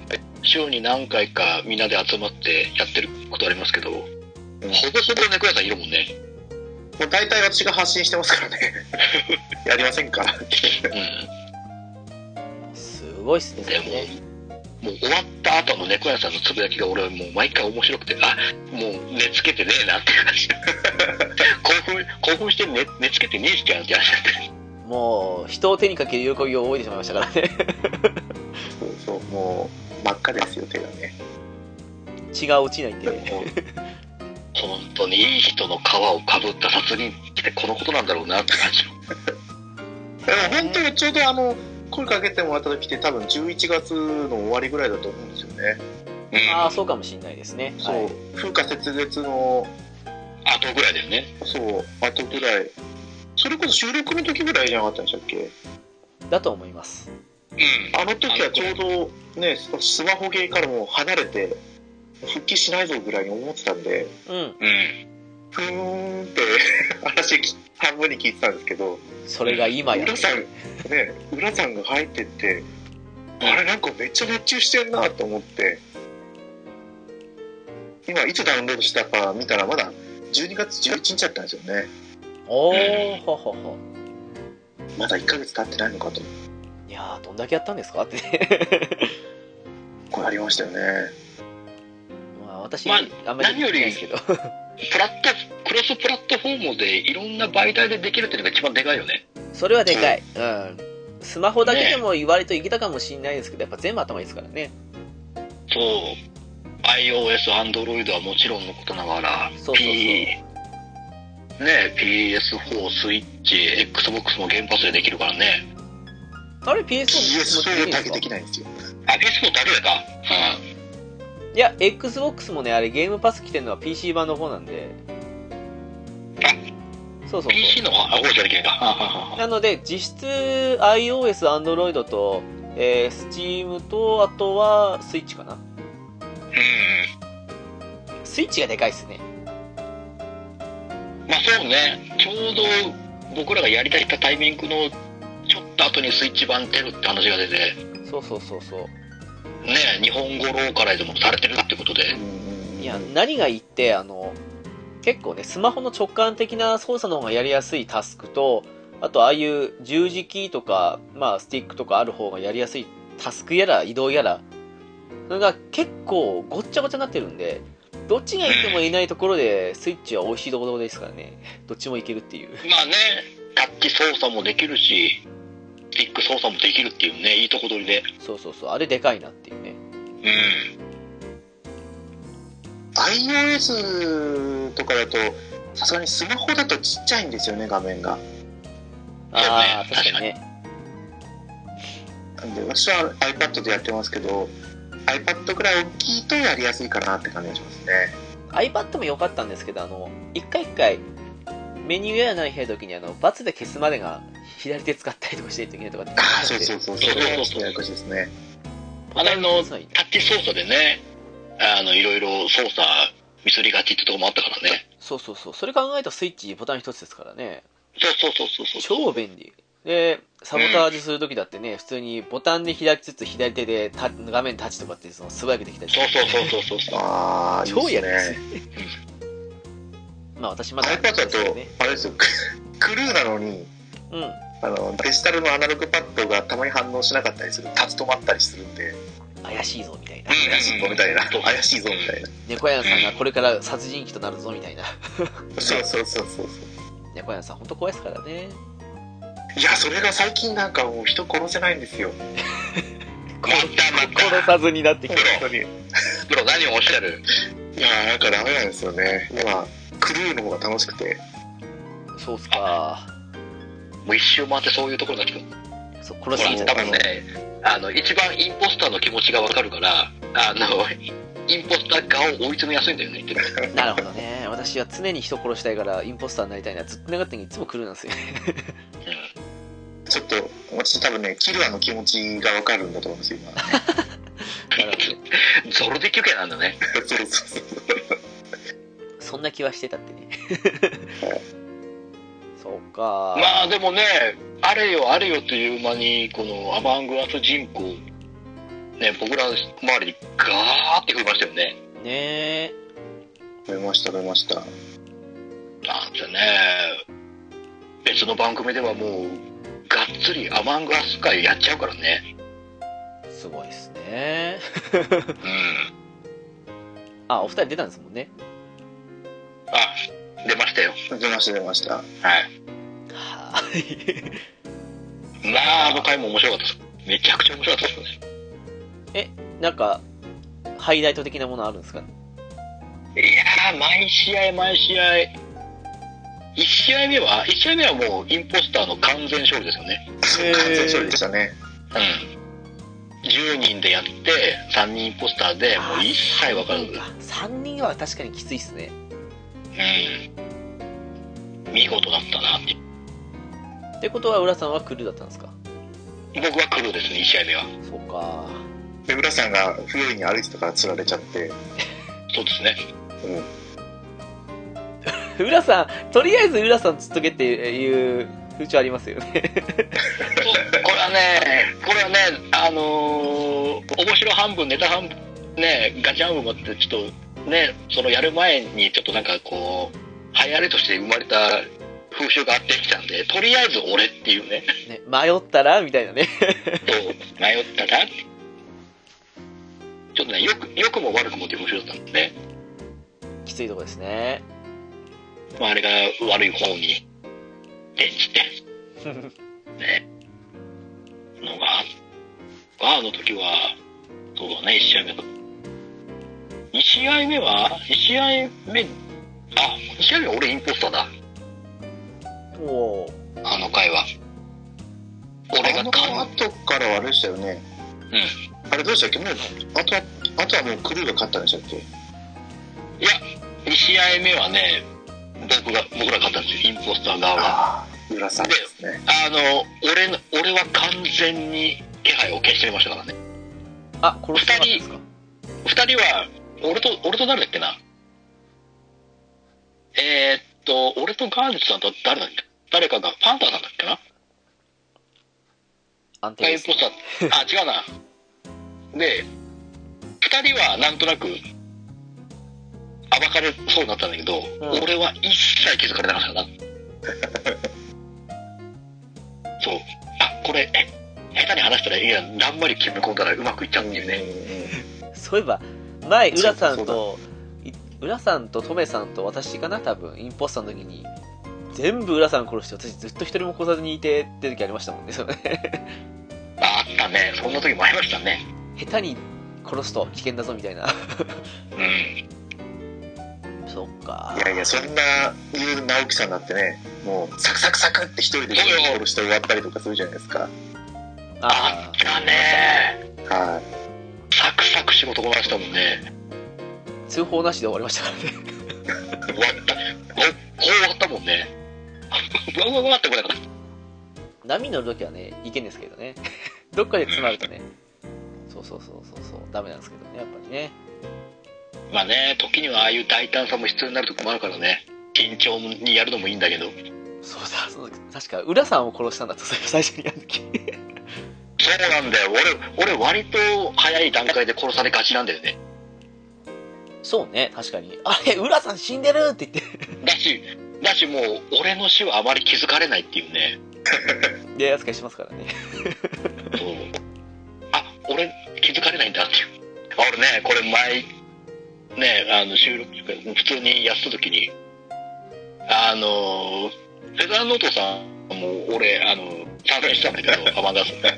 B: 週に何回かみんなで集まってやってることありますけどほぼほぼ猫屋さんいるもんね
C: もう大体私が発信してます からねやりませんから
B: う
A: すごいっすね
B: ん
A: そ
B: で
A: れね
B: ももう終わった後の猫屋さんのつぶやきが俺はもう毎回面白くてあもう寝つけてねえなって話 興奮興奮して寝寝つけてねえしちゃんって話
A: もう人を手にかける喜びを覚えてしまいましたからね
C: そうそうもう真っ赤ですよ手がね
A: 血が落ちないんでね
B: 本当にいい人の皮をかぶった殺人鬼ってこのことなんだろうなって感じ
C: でも本当にちょうどあの声かけてもらった時って多分11月の終わりぐらいだと思うんですよね
A: ああそうかもしれないですね
C: そう、
A: はい
C: 風化節月の
B: あとぐらいだよね
C: そうあとぐらいそれこそ収録の時ぐらいじゃなかったんでしたっけ
A: だと思います
B: うん
C: あの時はちょうどねススマホゲーからもう離れて復帰しないぞぐらいに思ってたんで
A: うん
B: うん
C: ふーんって 話き半分に聞いてたんですけど
A: それが今や
C: 浦さんね浦さんが入ってってあれなんかめっちゃ熱中してんなと思って今いつダウンロードしたか見たらまだ12月11日だったんですよね
A: おおほほほ
C: まだ1ヶ月経ってないのかと
A: いやーどんだけやったんですかって
C: これありましたよね
A: まあ私、
B: まあ
A: あ、んまりできないですけど
B: プラットクロスプラットフォームでいろんな媒体でできるっていうのが一番でかいよね
A: それはでかい、うん、スマホだけでも言われといけたかもしれないですけどやっぱ全部頭いいですからね
B: そう iOS アンドロイドはもちろんのことながら
A: そうそうそう
B: P ね PS4 スイッチ XBOX も原発でできるからね
A: あれ PS4 もできるん
C: PS4
A: で
C: だ
A: す
C: け
A: か
C: できないんですよ
B: あ PS4 だけだか
A: いや XBOX もねあれゲームパス来てるのは PC 版の方なんでそうそう
B: うん
A: そ
B: PC の方じゃできないかはあはあ
A: う
B: はあ
A: なので実質 iOS、Android と、えー、Steam とあとはスイッチかな
B: うん
A: スイッチがでかいっすね
B: まあそうね、ちょうど僕らがやりたいタイミングのちょっと後にスイッチ版出るって話が出て、ね、
A: そうそうそうそう
B: 日本語ローカライズもされてるってことで、
A: いや何がいいってあの結構ねスマホの直感的な操作の方がやりやすいタスクとあとああいう十字キーとか、まあ、スティックとかある方がやりやすいタスクやら移動やらそれが結構ごっちゃごちゃになってるんでどっちがいいとも言えないところでスイッチは美味しいところですからねどっちもいけるっていう
B: まあね、タッチ操作もできるし、スティック操作もできるっていうね、いいとこ取りで。
A: そうそうそうあれでかいなっていうね
B: うん。
C: iOS とかだとさすがにスマホだとちっちゃいんですよね画面が
A: ああ
B: そう
A: 確
B: ね
A: かにね
C: なんで私は iPad でやってますけど iPad くらい大きいとやりやすいかなって感じがしますね
A: iPad も良かったんですけどあの一回一回メニューやらない部屋の時にあの×で消すまでが左手使ったりとかしてる時にとかって
C: ああそうそうそうそう
B: そうそうそう
C: ややこしいですね
B: あれの
A: そういね
B: タッチ操作でね、あの、いろいろ操作ミスりがちってとこもあったからね。
A: そうそうそうそれ考えたらスイッチボタン一つですからね
B: そうそうそうそうそう。
A: 超便利でサボタージュするときだってね普通にボタンで開きつつ左手でタ画面タッチとかってその素早くできたり
B: そうそうそうそう そう。
C: ああ、いい
A: 超や
C: で
A: りや
C: す
A: す
C: ね。
A: まあ私まだ
C: iPad だと、あれですよ、クルーなのに、
A: うん
C: あのデジタルのアナログパッドがたまに反応しなかったりする立ち止まったりするんで
A: 怪しいぞみたいな
C: 怪しいぞみたいな
B: うん
C: 怪しいぞみたいな
A: 猫屋さんがこれから殺人鬼となるぞみたいな
C: そうそうそうそう
A: 猫屋さん本当怖いですからね
C: いやそれが最近なんかもう人殺せないんですよ
B: またま
A: 殺
B: た。
A: さずになってき
C: 本
A: た
C: 当にい
B: プロ何をおっしゃる
C: やなんかダメなんですよね今クルーの方が楽しくて
A: そうっすか
B: もう一周回ってそういうところだけど。
A: そう
B: ほ
A: 殺し
B: ら
A: に行っ
B: 多
A: た
B: 分ね、あの、一番インポスターの気持ちがわかるから、あの、 インポスター側を追い詰めやすいんだよね、って
A: なるほどね私は常に人殺したいからインポスターになりたいなずっと願ってんのにいつも来るなんですよね
C: ちょっと私多分ねキルアの気持ちが分かるんだと思うんですよ 今
A: なる ほど
B: うん。ゾロで休憩なんだね。
C: そうそうそう
A: そんな気はしてたって ねそうか
B: まあでもね、あれよあれよという間に、このアマングアス人口、ね、僕ら周りにガーって増えましたよね。
A: ねえ
C: 食べました食べました
B: なんてね、別の番組ではもう、がっつりアマングアス会やっちゃうから ね。
A: すごいっすね
B: うん。
A: あお二人出たんですもんね
B: あ、出ましたよ。
C: 出ました出ました
B: はい。
A: はい
B: まあ、あの回も面白かったです。めちゃくちゃ面白かったですね。
A: なんかハイライト的なものあるんですか
B: いやー、毎試合毎試合、1試合目は、1試合目はもうインポスターの完全勝利ですよね。
A: えー
C: 完全勝利でしたね
B: うん、10人でやって3人ポスターでもう一切分からず、
A: 3人は確かにきついっすね
B: うん、見事だったなって
A: ってことは浦さんはクルーだったんですか
B: 僕は黒ですね1試合目は
A: そうか
C: で浦さんが不用意に歩いてたから釣られちゃって
B: そうですね
A: 浦さんとりあえず浦さんつっとけっていう風潮ありますよ ね
B: そうこれはねこれはねあのー面白半分ネタ半分ねガチ半分もあってちょっとねそのやる前にちょっとなんかこう流行りとして生まれた風習があってきたんでとりあえず俺っていうね
A: ね迷ったらみたいなね
B: と迷ったらちょっとねよくよくも悪くもっていう風習だったんでね、
A: きついとこですね
B: まあ、あれが悪い方に転じてねのがああの時はそうだね1試合目と2試合目は1試合目あ2試合目は俺インポスターだ
A: おお
B: あの回は俺
C: あ
B: が
C: の
B: か
C: 後からはあれでしたよね
B: うん
C: あれどうしたっけもうあとはあとはもうクルーが勝ったんでしたっけ
B: いや2試合目はね僕が僕ら勝ったんですよインポスター側が
C: ああ浦さんですね
B: あの俺の俺は完全に気配を消してましたからね
A: あ殺してなかったですか
B: 2人は俺と俺と誰だっけなえー、っと俺とガーネットさんと誰だっけ誰かがパンターさんだっけな
A: 安定
B: タイ
A: で
B: ム
A: す
B: ポスターあ違うなで2人はなんとなく暴かれそうになったんだけど、
A: ん
B: 俺は一切気づかれなかった なそうあこれえ下手に話したらいやだんまり決め込んだらうまくいっちゃうっていうね、
A: そういえば前
C: そうだ
A: 浦さん
C: そう
A: とい浦さんとトメさんと私かな多分インポスターの時に全部浦さん殺して私ずっと一人も殺さずにいてって時ありましたもんねそれね
B: ああったね。そんな時もありましたね。
A: 下手に殺すと危険だぞみたいな
B: うん。
A: そっか
C: いやいやそんないう直樹さんだってねもうサクサクサクって一人でゴロゴロして終わったりとかするじゃないですか
A: あ
B: あったね。
C: は
B: サクサク仕事こなしたもんね。
A: ー通報なしで終わりましたからね
B: 終わった。こう終わったもんね。 うわうわうわってこれなかった。
A: 波乗る時はねいけんですけどねどっかで詰まるとねそうそうそうそうそうダメなんですけどねやっぱりね
B: まあね、時にはああいう大胆さも必要になるとこもあるからね。緊張にやるのもいいんだけど。
A: そうだそうだ確か浦さんを殺したんだと最初にやるとき
B: そうなんだよ。俺、俺割と早い段階で殺されがちなんだよね。
A: そうね確かにあれ浦さん死んでるって言っ
B: だし、だしもう、俺の死はあまり気づかれないっていうね。
A: てで扱いしますからね
B: そうあ、俺気づかれないんだっていう。あ俺ね、これ前、ね、あの、収録中か普通にやってた時に、あの、フェザーノートさんも俺、あの、参加したんだけど、アマンダさん。あのね、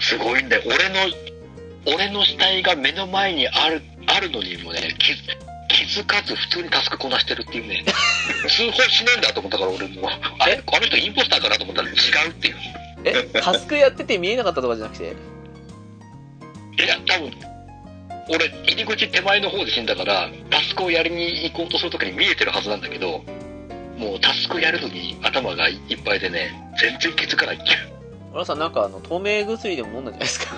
B: すごいんだよ。俺の、俺の死体が目の前にある、あるのにもね、気づ気づかず普通にタスクこなしてるっていうね、通報しねえんだと思ったから俺も、あれあの人インポスターかなと思ったら違うっていう。
A: えタスクやってて見えなかったとかじゃなくて
B: いや、多分俺、入り口手前の方で死んだから、タスクをやりに行こうとするときに見えてるはずなんだけど、もうタスクやるときに頭がいっぱいでね、全然気づかないっていう。
A: 浦さんなんかあの透明薬でも飲んだんじゃないですか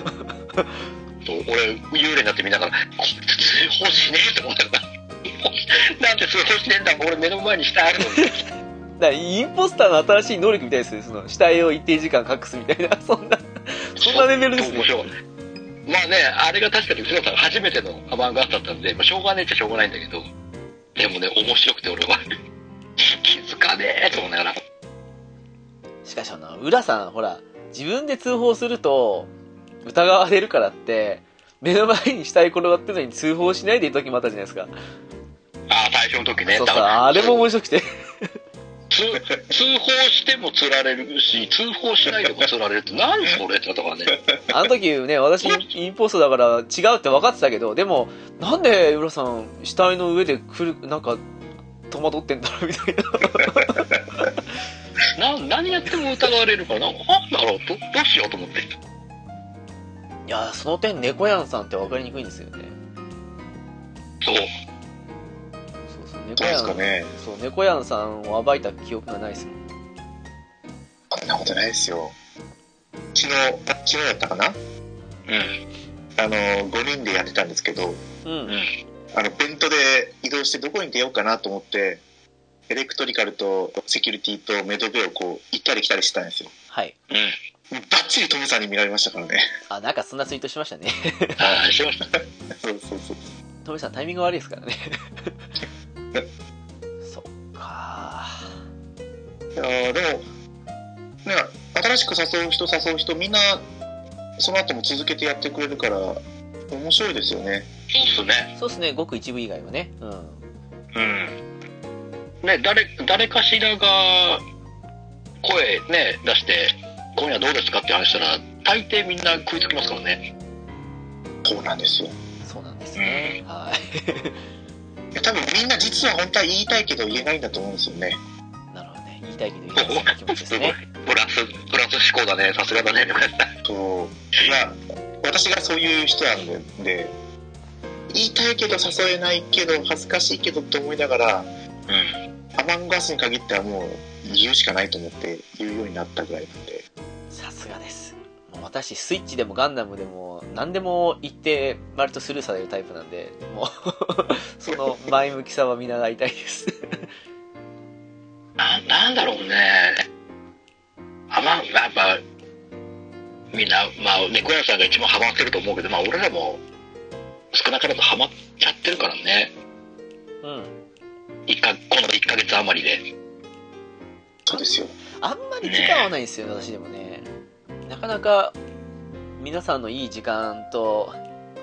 B: そう俺、幽霊になって見ながら、こいつ通報しねえと思ったから、 なんで通報しねえんだ、俺目の前にしてあるのに。
A: だからインポスターの新しい能力みたいですねその死体を一定時間隠すみたいなそんな そんなレベルですね
B: 面白いまあね、あれが確かに、藤野さん初めてのアマンガードだったんで、まあ、しょうがねえっちゃしょうがないんだけど、でもね、面白くて俺は、 気づかねえと思いながら。
A: しかしあの浦さんほら自分で通報すると疑われるからって目の前に死体転がってるのに通報しないでいた時もあったじゃないですか、
B: ああ、最初の時ね。
A: そう
B: だ
A: そう
B: から
A: あれも面白くて
B: 通通報しても釣られるし、通報しないでも釣ら れるって、何それってとかね。
A: あの時ね私インポストだから違うって分かってたけどでもなんで浦さん死体の上で来るなんか戸惑ってんだろうみたいな
B: な何やっても疑われるからな、なんだろうど、どうしようと思って。
A: いやその点猫やんさんって分かりにくいんですよね
B: そう。
A: そうそう猫
C: どうで
A: やん
C: すかね
A: そう猫やんさんを暴いた記憶がないですもん
C: こんなことないですよ昨日昨日だったかなあ
B: うん。
C: の5人でやってたんですけど
A: うん
C: あのベントで移動してどこに出ようかなと思ってエレクトリカルとセキュリティとメドベをこう行ったり来たりしてたんですよ
A: はい
B: うん。
C: バッチリトムさんに見られましたからね
A: あなんかそんなツイートしましたね
B: ああ、しました。
C: そうそうそう
A: トミさんタイミング悪いです からねそっか
C: いやーでも、ね、新しく誘う人誘う人みんなその後も続けてやってくれるから面白いですよね
B: そうっすね。
A: そうですねごく一部以外はねうん
B: うん。ね、誰、誰かしらが、声ね、出して、今夜どうですかって話したら、大抵みんな食いつきますからね。
C: そうなんですよ
A: そうなんですね、はい
C: いや多分みんな実は本当は言いたいけど言えないんだと思うんですよね
A: なるほどね言いたいけど言えないそんな気持ちですね
B: プラス、プラス思考だね。さすがだね。
C: そうまあ私がそういう人なんでで言いたいけど誘えないけど恥ずかしいけどって思いながら
B: うん。
C: アマンガスに限ってはもう言うしかないと思って言うようになったぐらいなんで
A: さすがですもう私スイッチでもガンダムでも何でも言って割とスルーされるタイプなんでもう その前向きさは見習いたいです
B: ななんだろうねあまやっぱみんなまあ猫屋さんが一番ハマってると思うけどまあ俺らも少なからずハマっちゃってるからね
A: うん
B: 一かこの1ヶ月余りで
C: そうですよ
A: あんまり時間はないんですよね私でもねなかなか皆さんのいい時間と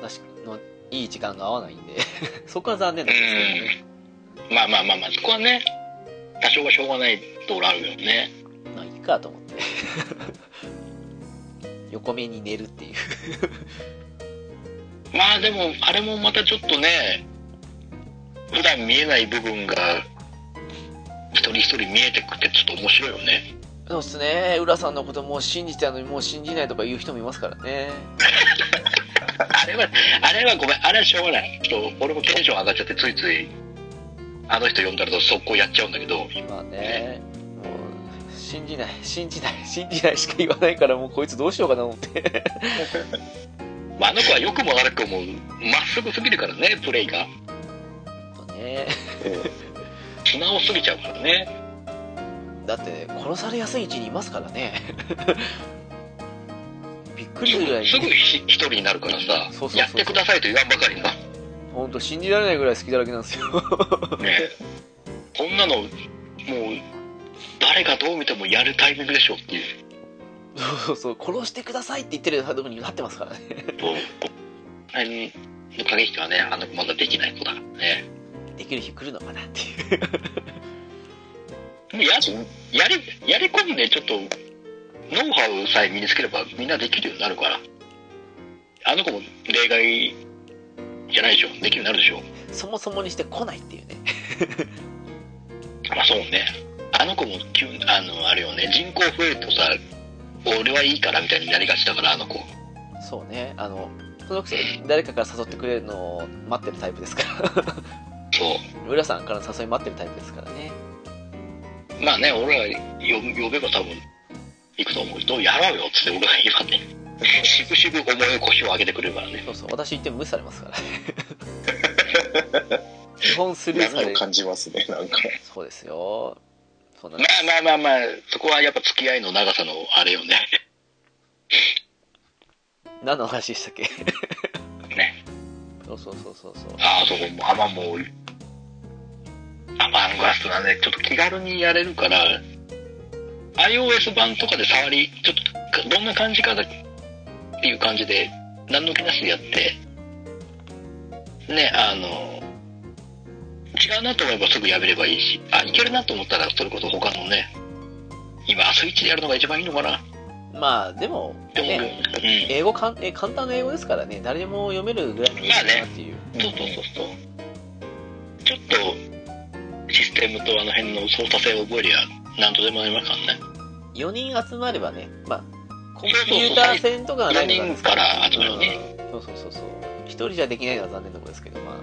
A: 私のいい時間が合わないんで そこは残念なんですけどね
B: まあまあまあまあそこはね多少はしょうがないところあるよね
A: まあいいかと思って 横目に寝るっていう
B: まあでもあれもまたちょっとね普段見えない部分が一人一人見えてくってちょっと面白いよね
A: そうですね浦さんのこともう信じてたのにもう信じないとか言う人もいますからね
B: あれは、あれはごめん、あれはしょうがない。ちょっと俺もテンション上がっちゃって、ついつい、あの人呼んだらと速攻やっちゃうんだけど、
A: まあねもう 信 じない信じない信じないしか言わないからもうこいつどうしようかなと思って
B: まあ、あの子は良くも悪くもまっすぐすぎるからねプレイが
A: だね。
B: 素直すぎちゃうからね
A: だって、殺されやすい位置にいますからね。びっくりするぐらい
B: すぐ
A: に、
B: ひ一人になるからさ
A: そうそうそうそう
B: やってくださいと言わんばかりな
A: ほんと信じられないぐらい好きだらけなんですよ。
B: ねこんなのもう誰がどう見てもやるタイミングでしょって いう
A: そうそうそう、殺してくださいって言ってるとこになってますからね。
B: あれの駆け引きはねあの子まだできない子だからね
A: できる日来るのかなっていう。
B: もうややりやり込んでちょっとノウハウさえ身につければみんなできるようになるからあの子も例外じゃないでしょできるようになるでしょ
A: そもそもにして来ないっていうね。
B: まあそうねあの子も急あのあれよね人口増えるとさ俺はいいからみたいになりがちだからあの子
A: そうね、あの、そのくせ誰かから誘ってくれるのを待ってるタイプですから。
B: そう
A: 浦さんからの誘い待ってるタイプですからね。
B: まあね俺は呼呼べば多分行くと思うどうやろうよっつって俺は今ねしぶしぶ思いを腰を上げてくれるからね
A: そうそう、私言っても無視されますからね。基本スルーさ
C: 波
A: れ
C: を
A: る。
C: 感じますねなんか
A: そうですよ。そんな
B: まあまあまあまあそこはやっぱ付き合いの長さのあれよね
A: 何の話でしたっけ
B: ね
A: そうそうそうそうそう。
B: ああ、そう、アマンも、アマンガストなんで、ちょっと気軽にやれるから、iOS 版とかで触り、ちょっと、どんな感じかだっていう感じで、何の気なしでやって、ね、あの、違うなと思えばすぐやめればいいし、あ、いけるなと思ったら、それこそ他のね、今、スイッチでやるのが一番いいのかなっ
A: まあ、でも、
B: て思う。
A: ね、
B: うん。
A: 英語かん、え簡単な英語ですからね、誰でも読めるぐらいの英語だなっていう。
B: そうそうそうそう。ちょっと、システムとあの辺の操作性を覚えりゃ、なんとでもなりますからね。
A: 4人集まればね、まあ、コンピューター戦とかがないのが
B: 4人から集まるね。
A: うんそうそうそうそう。一人じゃできないのは残念なことですけど、まあ、
B: う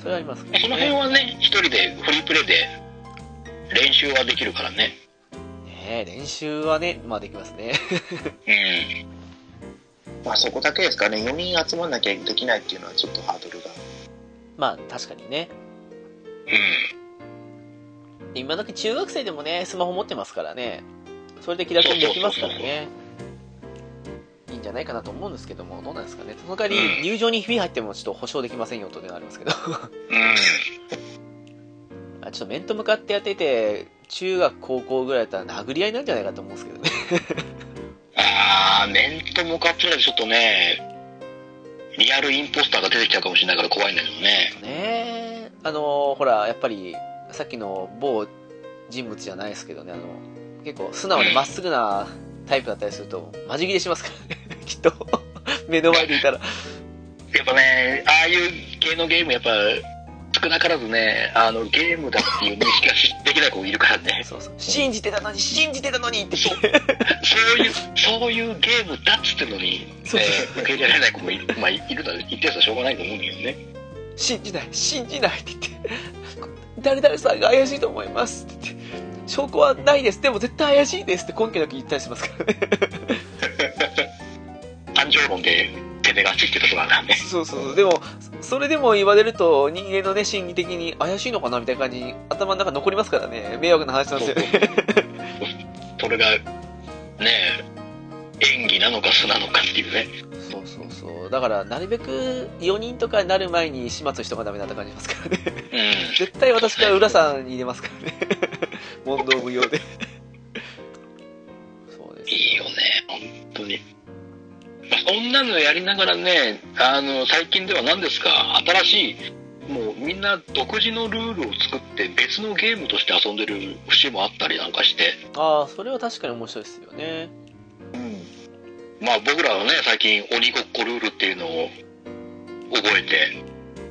A: それはあります
B: ん。その辺
A: ね。
B: はね、一人で、フリープレイで、練習はできるからね。
A: ねえ練習はね、まあできますね。
B: うん。
C: まあそこだけですかね4人集まんなきゃできないっていうのはちょっとハードルが
A: まあ、確かにね。
B: うん。
A: 今だけ中学生でもね、スマホ持ってますからね。それで気楽にできますからね。いいんじゃないかなと思うんですけども、どうなんですかね。その代わ
B: う
A: り、
B: ん
A: 入場にひび入ってもちょっと保証できませんよというのがありますけど。
B: うん。
A: あちょっと面と向かってやってて、中学、高校ぐらいだったら殴り合いなんじゃないかと思うんですけどね。
B: あー、面と向かってないとちょっとね、リアルインポスターが出てきちゃうかもしれないから怖いんだけど ね。
A: ねえ。あの、ほら、やっぱり、さっきの某人物じゃないですけどね、あの、結構素直でまっすぐなタイプだったりすると、マジ切れしますからね。 きっと。目の前でいたら。
B: やっぱね、ああいう系のゲーム、やっぱ、少なからずね、あの、ゲームだっていう認識がしできない子もいるからね。
A: そうそう。信じてたのに、 信じてたのにって。
B: そう、 そういう、そういうゲームだっつってんのに、
A: そう
B: えー受け入れられない子もいる、まあ、いるのは、一定数はしょうがないと思うんだよね。
A: 信じない信じないって言って誰々さんが怪しいと思いますって言って証拠はないですでも絶対怪しいですって根拠なく言ったりしますからね
B: 感情論で、てめがついてるところなん で。
A: そうそう そうでもそれでも言われると人間のね心理的に怪しいのかなみたいな感じに頭の中残りますからね迷惑な話なんですよね
B: それが、ね演技なのか素なのかっていうね。
A: そうそうそう だからなるべく4人とかになる前に始末しとかダメだって感じますからね
B: うん。
A: 絶対私から浦さんに入れますからね 問答無用で そうです
B: いいよね、本当に。まあ、そんなのやりながらね、あの、最近では何ですか、新しい、もうみんな独自のルールを作って別のゲームとして遊んでる節もあったりなんかして、
A: ああそれは確かに面白いですよね
C: うん
B: まあ僕らはね、最近鬼ごっこルールっていうのを覚えて、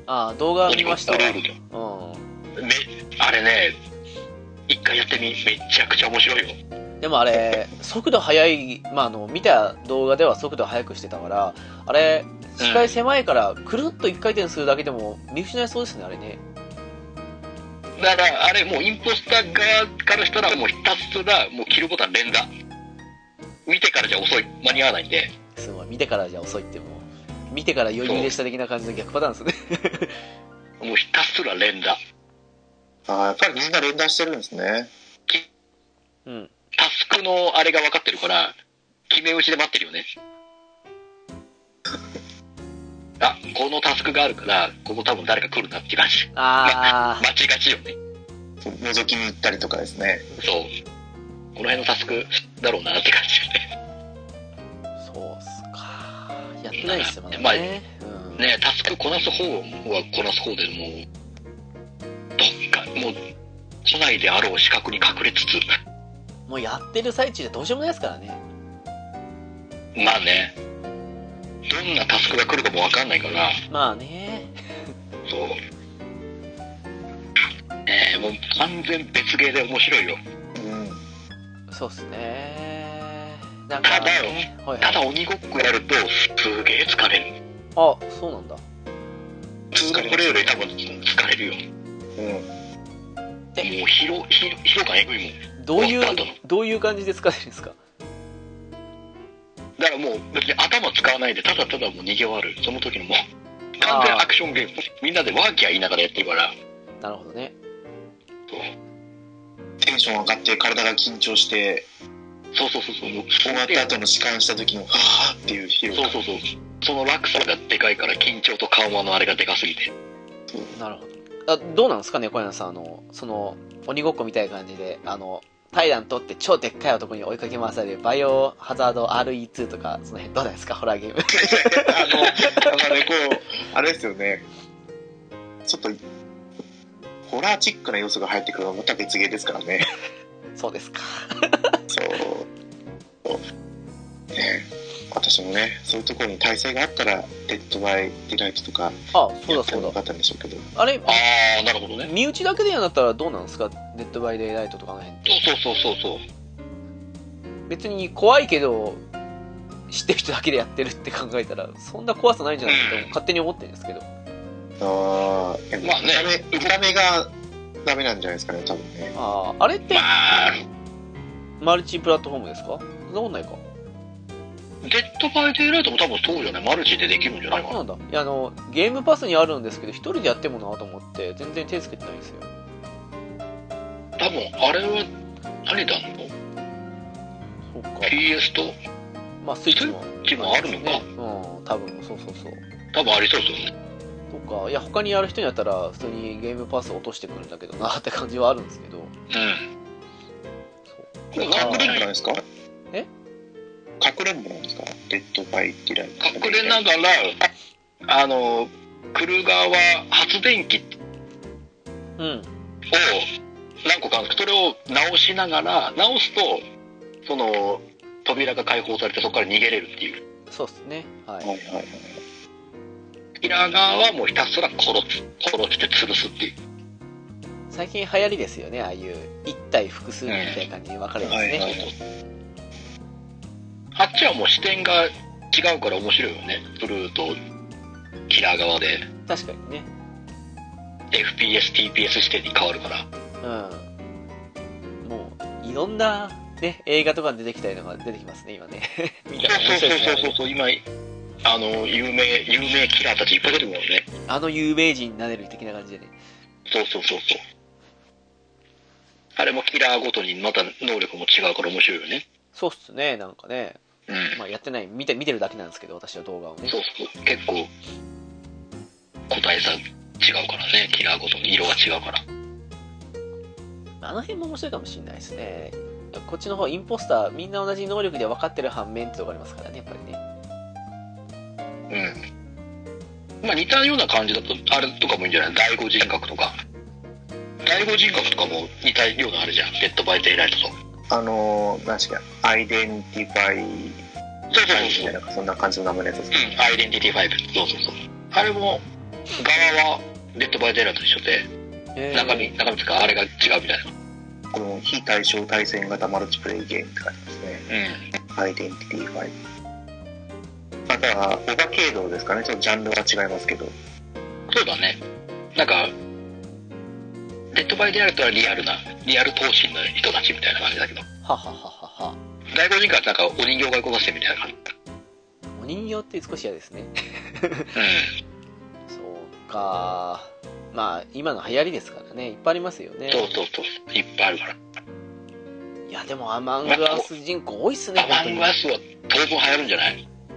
A: ああ動画
B: 鬼
A: 見
B: ご
A: ま
B: っ
A: し
B: こ
A: た
B: ル
A: わ
B: ールめ、あれね、一回やってみ、めちゃくちゃ面白いよ。
A: うん、でもあれ速度速い、まあ、あの見た動画では速度速くしてたからあれ視界狭いからくるっと一回転するだけでも見失いそうですねあれね
B: だからあれもうインポスター側からしたらもうひたすらもう切るボタン連打見てからじゃ遅い間に合わないんです
A: ごい見てからじゃ遅いってもう見てから余裕でした的な感じの逆パターンですね
B: もうひたすら連打。
C: ああ、やっぱりみんな連打してるんですね。
A: うん
B: タスクのあれが分かってるから、決め打ちで待ってるよね。あ、このタスクがあるから、ここ多分誰か来るなって感じ。
A: あ
B: 待ちがちよね。
C: そう覗きに行ったりとかですね。
B: そう。この辺のタスクだろうなって感じよね。
A: あそうっすかやってないっすよまだね、
B: まあ
A: うん、
B: ねタスクこなす方はこなす方でもう、どっか、もう、都内であろう視覚に隠れつつ、
A: もうやってる最中でどうしようもないですからね
B: まあね、どんなタスクが来るかも分かんないから、
A: まあね
B: そう。ねえ、もう完全別ゲーで面白いよ。
C: うん。
A: そうっすねなんか
B: ただよ、
A: はいは
B: た
A: い
B: だ鬼ごっこやるとすげえ疲れる。
A: あそうなんだ
B: 普通のこれより多分疲れるよ。も
C: うん。
B: う疲労、疲労疲労感えぐいもん。
A: どうい
B: 終わった後の
A: うどういう感じで疲れるんですか
B: だからもう別に頭使わないでただただもう逃げ終わる。その時のもう完全アクションゲーム。みんなでワーキャー言いながらやってるから。
A: なるほどね
B: そう
C: テンション上がって体が緊張して、
B: そうそうそうそう。もう
C: 終わった後の弛緩した時の、はぁっていう疲労
B: そう
C: 感。
B: そうそう。その落差がでかいから緊張と緩和のあれがでかすぎて。
A: なるほどあどうなんですかね小柳さんあのその鬼ごっこみたいな感じであのタイラン取って超でっかい男に追いかけ回されるバイオハザード RE2 とかその辺どうなんですかホラーゲーム
C: あの、 だからね、こう、あれですよね。ちょっと、ホラーチックな要素が入ってくるのはまた別ゲーですからね。
A: そうですか
C: そう。そうね私もね、そういうところに体制があったら、デッドバイディライトとか、
A: あそう
C: や
A: だ
C: って
A: そ
C: もよ
A: う
C: か
A: だ
C: ったんでしょうけど。
A: あれ
B: ああ、なるほどね。
A: 身内だけでやんだったらどうなんですかデッドバイデイライトとかあの辺
B: そうそうそうそうそう。
A: 別に怖いけど知ってる人だけでやってるって考えたらそんな怖さないんじゃないかと勝手に思ってるんですけど
C: ああ、でも
B: まあね
C: 見た目見た目がダメなんじゃないですかね、多分ね。
A: あああれって
B: まあ、
A: マルチプラットフォームですかそんなことないか
B: デッドバイデイライトも多分そうじゃないマルチでできるんじゃな
A: あ
B: いか
A: そう
B: な。
A: なんだいやあのゲームパスにあるんですけど一人でやってもなと思って全然手つけてないんですよ
B: 多分あれは何だろう
A: そうか
B: PS と
A: まあスイッチも
B: スイッチもあるのか
A: うん多分そうそうそう
B: 多分ありそうですよね
A: とかいや他にやる人にやったら普通にゲームパス落としてくるんだけどなって感じはあるんですけど
C: これ隠れんぼなんですか
A: え
C: 隠れんぼなんですかデッドバイディライ
B: うん
C: ト。
B: 隠れながらあの来る側は発電機を
A: うん
B: 何個かあるんですけどそれを直しながら直すとその扉が開放されてそこから逃げれるっていう
A: そうっすねは
C: はい
A: い
C: はいはい。
B: キラー側はもうひたすら殺す殺して潰すっていう
A: 最近流行りですよねああいう一体複数みたいな感じに分かれます
C: はいは
A: ね
C: い
B: あっちはもう視点が違うから面白いよねブルーとキラー側で
A: 確かにね
B: FPS、TPS 視点に変わるから。
A: うんもういろんなね映画とかに出てきたりとか出てきますね今ね 見たら
B: そ
A: 面
B: うそ
A: 白いで
B: う
A: す
B: そう
A: ね
B: そうそう、今、あの、有名、有名キラーたちいっぱい出てくるもんね。
A: あの有名人になれる的な感じでね
B: そうそうそうそう。あれもキラーごとにまた能力も違うから面白いよね。
A: そうっすねなんかね、
B: うん。
A: まあ、やってない見て見てるだけなんですけど私は動画をね
B: そうそう、結構、個体差違うからね、キラーごとに色が違うから。
A: あの辺も面白いかもしれないですねこっちの方インポスターみんな同じ能力で分かってる反面ってとこありますからねやっぱりね
B: うん。まあ似たような感じだと、あれとかもいいんじゃない第五人格とか。第五人格とかも似たようなあれじゃん。デッドバイデイライトと。
C: あのー、何でしたっけアイデンティファイ
B: そうそう
C: みたいな、そんな感じの名前のやつですね。
B: うん、アイデンティティ5。そうそうそう。あれも、側はデッドバイデイライトと一緒で、
A: えー
B: 中身、中身とかあれが違うみたいな。
C: この非対称対戦型マルチプレイゲームって感じですね。
B: うん。
C: アイデンティティファイあとは、オバケイドですかね。ちょっとジャンルは違いますけど。
B: そうだね。なんか、デッドバイデイライトはリアルな、リアル闘神の人たちみたいな感じだけど、
A: ははははは
B: 第五人格はなんかお人形が動かしてみたいな感じ。
A: お人形って少し嫌ですね。
B: う
A: そうか。まあ、今の流行りですからね、いっぱいありますよね
B: ん。。そうそうそう。いっぱいあるから。
A: いや、でもアマングアス人口多いっすね、
B: アマ
A: 本当
B: ン
A: に。
B: グアスは当分流行るんじゃない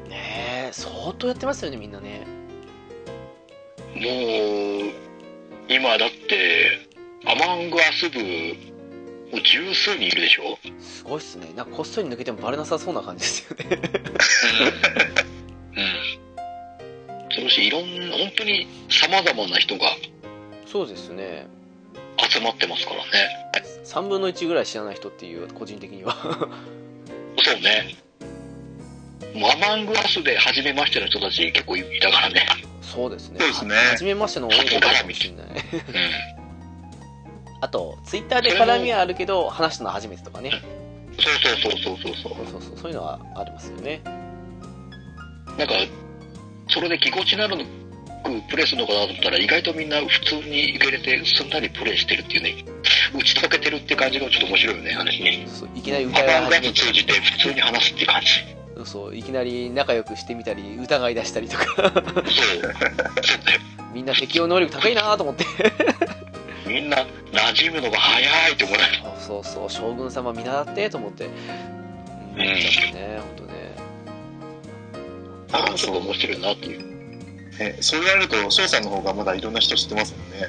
A: ねえ、相当やってますよね、みんなね。
B: もう、今だって、アマングアス部、もう十数人いるでしょ
A: すごいっすね。なんかこっそり抜けてもバレなさそうな感じですよ ね。
B: うん。そしていろんな、本当に様々な人が
A: そうですね。
B: 集まってますからね。
A: 3分の1ぐらい知らない人っていう、個人的には。
B: そうね。もうアマングアスで初めましての人たち結構いたからね。
A: そうですね。
C: そうですね
A: 初めましての多いのかもしれない。
B: うん。
A: あと、ツイッターで絡みはあるけど、話したのは初めてとかね。
B: そうそうそうそうそうそ
A: そうそう、そういうのはありますよね。
B: う。なんか、それでぎこちなくプレイするのかなと思ったら意外とみんな普通に受け入れてすんなりプレイしてるっていうね。打ち解けてるって感じがちょっと面白いよね、話ね。
A: そういきなり
B: ア
A: 歌い
B: マングア
A: 始
B: ス
A: め
B: 通じて普通に話すって感じ。
A: そう、いきなり仲良くしてみたり、疑い出したりとか。
B: そう。そうだよ
A: みんな適応能力高いなと思って。
B: みんな馴染むのが早いと思う。
A: そうそうそう、将軍様見習ってと思って。うん、
B: ね
A: ね、ほんとね。
B: ああ、そう面白いなっていう。
C: ねそう言われると翔さんの方がまだいろんな人知ってますもんね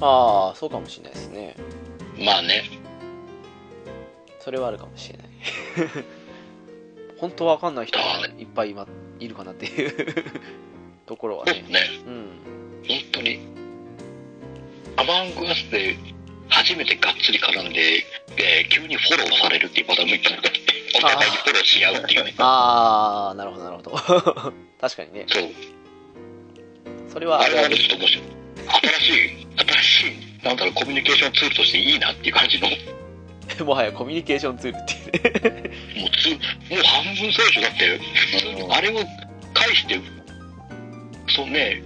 A: ああ、そうかもしれないですね。
B: まあね。
A: それはあるかもしれない。 本当わかんない人がいっぱい今いるかなっていう ところは
B: そう
A: ね。
B: ね。
A: うん。
B: 本当に。アマングアスで初めてがっつり絡んで、で急にフォローされるっていうパターンもいっぱいあって、お互いにフォローし合うっていう ね。
A: ああ、なるほど、なるほど。 確かにね。
B: そう。
A: それは
B: あ
A: あ
B: れ
A: る
B: は
A: あ
B: ね
A: る。
B: ちょっと面白い。新しい、新しい、なんだろう、コミュニケーションツールとしていいなっていう感じの、もう
A: もはやコミュニケーションツールっていうね。
B: つ、もう半分そうでしょ。だって、あれを返して、そうね、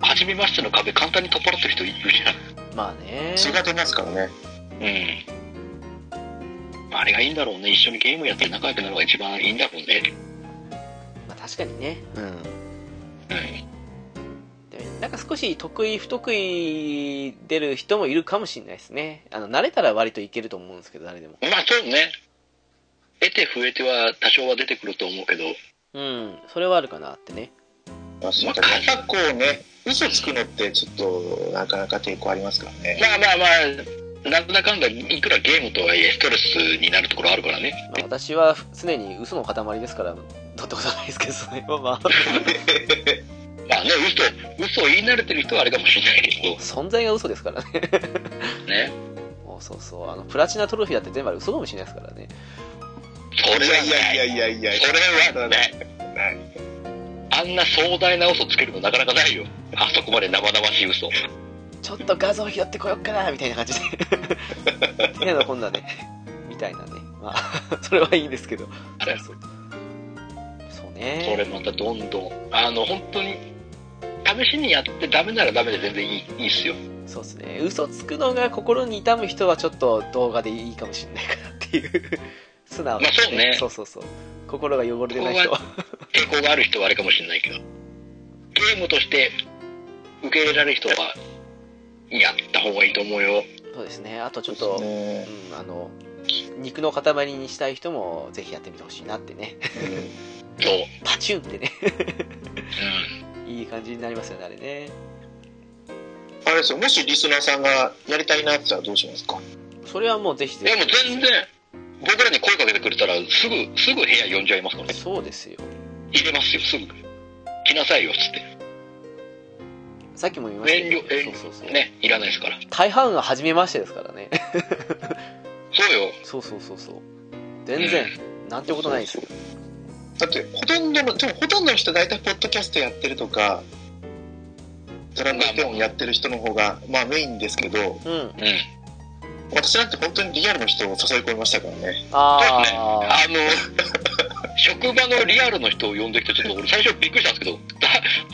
B: 初めましての壁簡単に取っ払ってる人いるじゃん。
A: まあね。
C: それが出ますからね
B: うん。あれがいいんだろうね。一緒にゲームやって仲良くなるのが一番いいんだろうね。
A: まあ確かにね。うん。
B: うん。
A: でなんか少し得意不得意出る人もいるかもしれないですねあの慣れたら割といけると思うんですけど誰でも
B: まあそうね。得て増えては多少は出てくると思うけど、
A: うんそれはあるかなってね
C: なんか結構ね嘘つくのってちょっとなかなか抵抗ありますからね
B: まあまあまあ、なんだかんだいくらゲームとはいえストレスになるところあるからね。
A: まあ私は常に嘘の塊ですから取ったことはないですけどそれはまあ
B: まあね、嘘、嘘を言い慣れてる人はあれかもしれないけど
A: 存在が嘘ですからね
B: ね。
A: もう そうそうあのプラチナトロフィーだって全部あれ嘘かもしれないですからね
B: それ
C: いや
B: はいな
C: や
B: い
C: いやいやいや
B: それはない。あんな壮大な嘘つけるのなかなかないよ。あそこまで生々しい嘘。
A: ちょっと画像拾ってこよっかなみたいな感じでてなのこんなねみたいなねまあ それはいいんですけど
B: あれ
A: そうそう
B: それ
A: ね
B: またどんどんあの本当に試しにやってダメならダメで全然いいいいっすよ
A: そうですね嘘つくのが心に痛む人はちょっと動画でいいかもしれないかなっていう素直な、
B: まあそうね
A: そうそうそう心が汚れてない人は
B: 抵抗がある人はあれかもしれないけどゲームとして受け入れられる人はやった方がいいと思うよ
A: そうですねあとちょっと、
C: ね
A: うん、あの肉の塊にしたい人もぜひやってみてほしいなってね
B: そう、
A: パチュンってね
B: う
A: いい感じになりますよねあれね
C: あれですよもしリスナーさんがやりたいなって言ったらどうしますか
A: それはもうぜひ
B: ん、
A: ぜ
B: で
A: ひ
B: も全然僕らに声かけてくれたらすぐすぐ部屋呼んじゃいますからね
A: そうですよ
B: 入れますよすぐ来なさいよっつって
A: さっきも言いました
B: 遠慮
A: け
B: 遠
A: ど
B: 慮
A: そうそうそう、
B: ねいらないですから
A: 大半が初めましてですからね
B: そうよ
A: そうそうそうそう全然なんてことないですよ
C: だってほとんどのでもほとんどの人大体ポッドキャストやってるとかドラムテオンやってる人の方がまあメインですけど
A: うん
B: うん
C: 私なんて本当にリアルの人を誘い込みましたからね
A: ああ
B: あの、職場の リアルの人を呼んできて、ちょっと俺最初びっくりしたんですけど、だ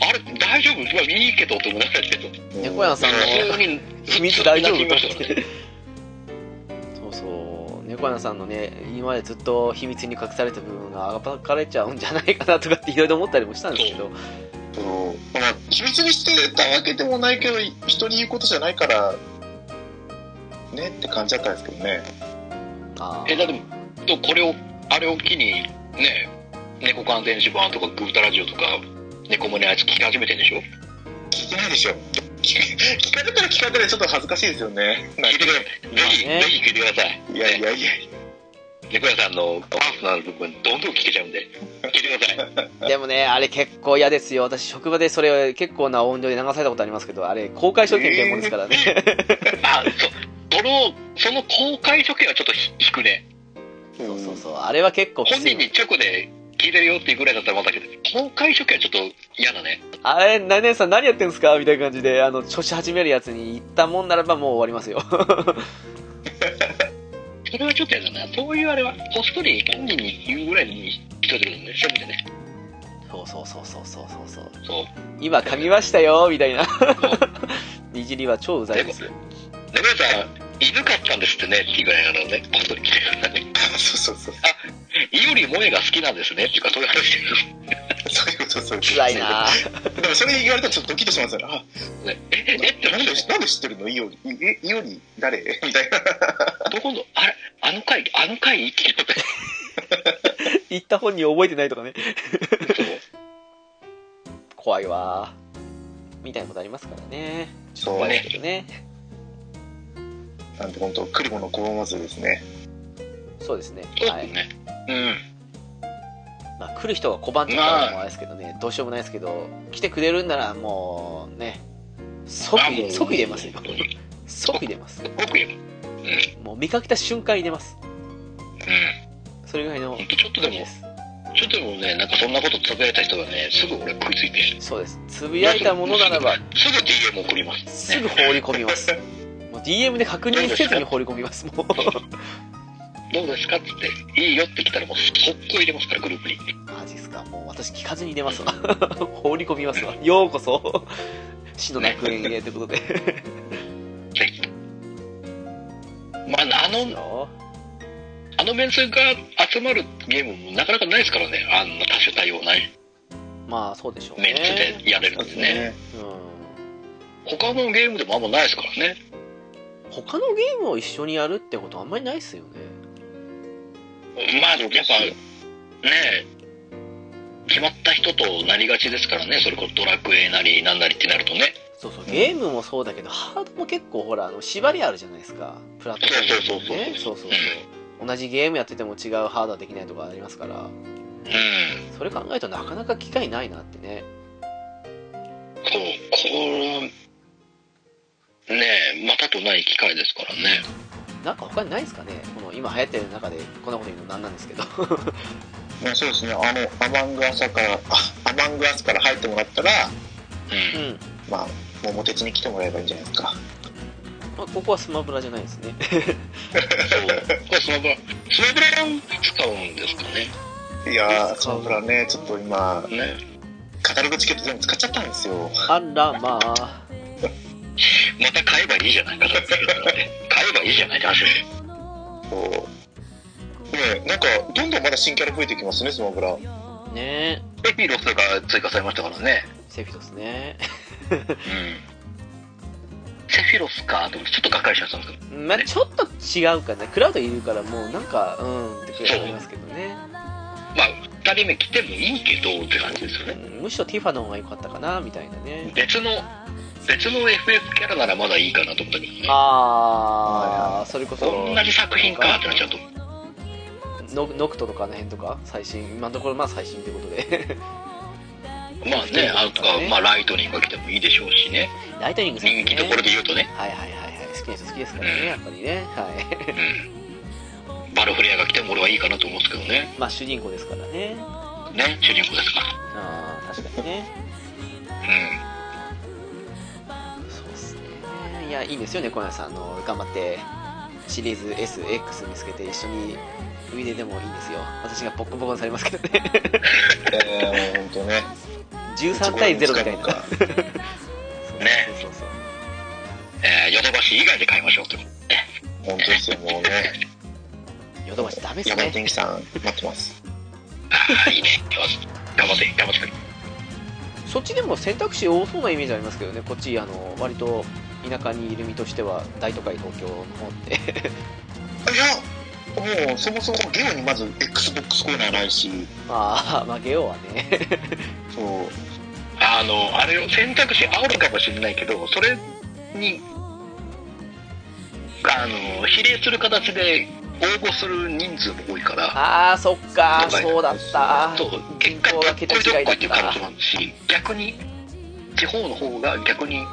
B: あれ、大丈夫まあいいけどと思いながらけど、
A: 猫屋さんの
B: 普通に、
A: 秘密大丈夫
B: 普通に馴染みましたからね
A: そうそう、ね横山さんのね、今までずっと秘密に隠されてた部分が暴かれちゃうんじゃないかなとかっていろいろ思ったりもしたんですけど、
C: そのまあ秘密にしてたわけでもないけど人に言うことじゃないからねって感じだったんですけどね
A: あ
B: えだってとこれをあれを機にね猫缶電子版とかグータラジオとか猫胸あいつ聞き始めてんでしょ
C: 聞けないでしょ聞聞かれたら聞かれたらちょっと恥ずかしいですよね
B: 聞いてくれぜひ、
A: まあね
B: ぜひ聞いてください
C: いやいやいや
B: 猫屋さんのパーソナル部分どんどん聞けちゃうんで聞いてください
A: ーでもね、あれ結構嫌ですよ。私、職場でそれ結構な音量で流されたことありますけど、あれ、公開処刑みたいなもんですからね。
B: あそそのその公開処刑はちょっとひ引くね
C: そう
A: そうそう、あれは結構き
B: 本
A: つい
B: 人に直で聞いてるよっていうぐらいだったらまたけど公開処刑はちょっと嫌だね
A: あれ、何々さん何やってんすかみたいな感じで、あの、調子始めるやつに行ったもんならばもう終わりますよ。
B: それはちょっと嫌だなそういうあれはこっそり本人に言うぐらいにしといてくれるのねせめてね
A: そうそうそうそうそうそうそう。
B: そう
A: 今噛みましたよ、みたいな。 いじりは超うざいですよ。
B: 猫屋さん犬飼ったんですってねっていうぐらいなのねこっそり聞いてくださいね
C: そうそうそう
B: いより萌えが好きなんですねっていうかそういう話です
C: そういうことそういうこと
A: うざいな
C: でもそれ言われたらちょっとドキッとしますよねあ
B: よねええって
C: なん
B: 話
C: で
B: で
C: なんで知ってるのいよりいいいより誰 みたいな
B: どこのあれあの回あの回っていうのが
A: 行った本人覚えてないとかね。怖いわみたいなことありますからね。
C: そう
A: 怖い
C: ね
A: ですけどね。
C: なんて本当来るもの拒まずですね
A: そうですね。
B: そう
A: はい。
B: ねうん
A: まあ、来る人が拒んじゃったらもうあれですけどね、どうしようもないですけど、来てくれるんならもうね、即
B: あもう
A: 即入れますよ
B: 本。当に
A: 即入れます。
B: 僕よ
A: もう見かけた瞬間入れます。
B: う
A: それぐらいの
B: んほんとちょっとで
A: いいで
B: も
A: す。
B: ちょっとでもねなんかそんなことつぶやいた人はねすぐ俺食いついて
A: そうです。つぶやいたものならば、
B: すぐ DM 送ります
A: すぐ放り込みます。もう DM で確認せずに放り込みます。もう。
B: どうですかっつっていいよって来たらもう速攻入れますからグループに
A: マジっすか。もう私聞かずに入れますわ。 放り込みますわ。ようこ そ、死の楽園へということで。
B: ぜひまあ あのあのメンツが集まるゲームもなかなかないですからねあんな多種多様な
A: まあ、そうでしょう
B: メンツ
A: ね。
B: でやれるんでね
A: うん。
B: 他のゲームでもあんまないですからね
A: 他のゲームを一緒にやるってことあんまりないっすよね。
B: まあやっぱね決まった人となりがちですからねそれこそドラクエなりなんなりってなるとね
A: そうそう、ゲームもそうだけど、ハードも結構ほら、あの、縛りあるじゃないですか。プラットフォームとかね。そうそうそう。同じゲームやってても違うハードはできないとかありますから、
B: うん
A: それ考えるとなかなか機会ないなってね。
B: そうこうねまたとない機会ですからね
A: なんか他にないですかねこの今流行ってる中でこんなこと言うのなんなんですけ ど
C: まあそうですねあのアマングアスからあアマングアスから入ってもらったら
B: うん
A: ん、
C: まあ桃鉄に来てもらえばいいんじゃないですか
A: まあ、ここはスマブラじゃないですね
B: そうこれスマブラスマブラを使うんですかね
C: いやーそのらねちょっと今
B: ね
C: カタログチケット全部使っちゃったんですよ
A: あらまあ
B: また買えばいいじゃないかなんですけどね買えばいいじゃないって話ですよ
C: そうねなんかどんどんまだ新キャラ増えてきますねスマブラ
A: ね
B: エピロスが追加されましたからね
A: えセフィロスね
B: うんセフィロスかと思ってちょっとがっかりしちゃったんですけど
A: まあちょっと違うかなクラウドいるからもうなんかうんってくらいありますけどね、
B: まあ2人目来てもいいけどって感じですよ
A: う
B: ね
A: ん、むしろティファの方が良かったかなみたいなね
B: 別の別の FF キャラならまだいいかなと思ったけどね
A: ああそれこそ
B: 同じ作品かってなっちゃうと
A: ノノクトとかあの辺とか最新今のところまあ最新ってことで
B: まあねあとか、まあ、ライトニングが来てもいいでしょうしね
A: ライトニングさんね
B: 人気どころで言うとね、
A: はいはいはいはい好きな人好きですからねやっぱりねはい
B: うん、バルフレアが来ても俺はいいかなと思うんですけどね
A: まあ主人公ですからね
B: ね主人公ですから
A: ああ確かにね
B: うん
A: そうっすねいやいいんですよね小柳さんあの頑張ってシリーズ SX 見つけて一緒に上ででもいいんですよ私がボッコボコにされますけどね
C: えー、ほんとね
A: 13対0みたいな
C: か
B: ね
A: そうそうそう
B: えーヨドバシ以外で買いましょうってこと
C: 本当ですよもうね
A: ヨドバシダメで
C: や
A: す
C: ばい
A: ね。
C: 天気さん待ってます
B: ああ、いいね。頑張って、頑張ってくれ。
A: そっちでも選択肢多そうなイメージありますけどね、こっち、あの、割と田舎にいる身としては、大都会東京の方って。
C: いやもうそもそもゲオにまず XBOX コーナーないし
A: まあ、まあ、ゲオはね。
C: そう
B: あの、あれを選択肢煽るかもしれないけど、それに、あの、比例する形で応募する人数も多いから、
A: ああ、そっか、
B: 都会
A: そうだった。
B: そう、結果、
A: 人口
B: ど
A: が
B: っこい
A: 桁
B: どっ
A: 違い
B: こ
A: だ
B: いっていう可能
A: っ
B: 性もあるし、逆に、地方の方が逆に、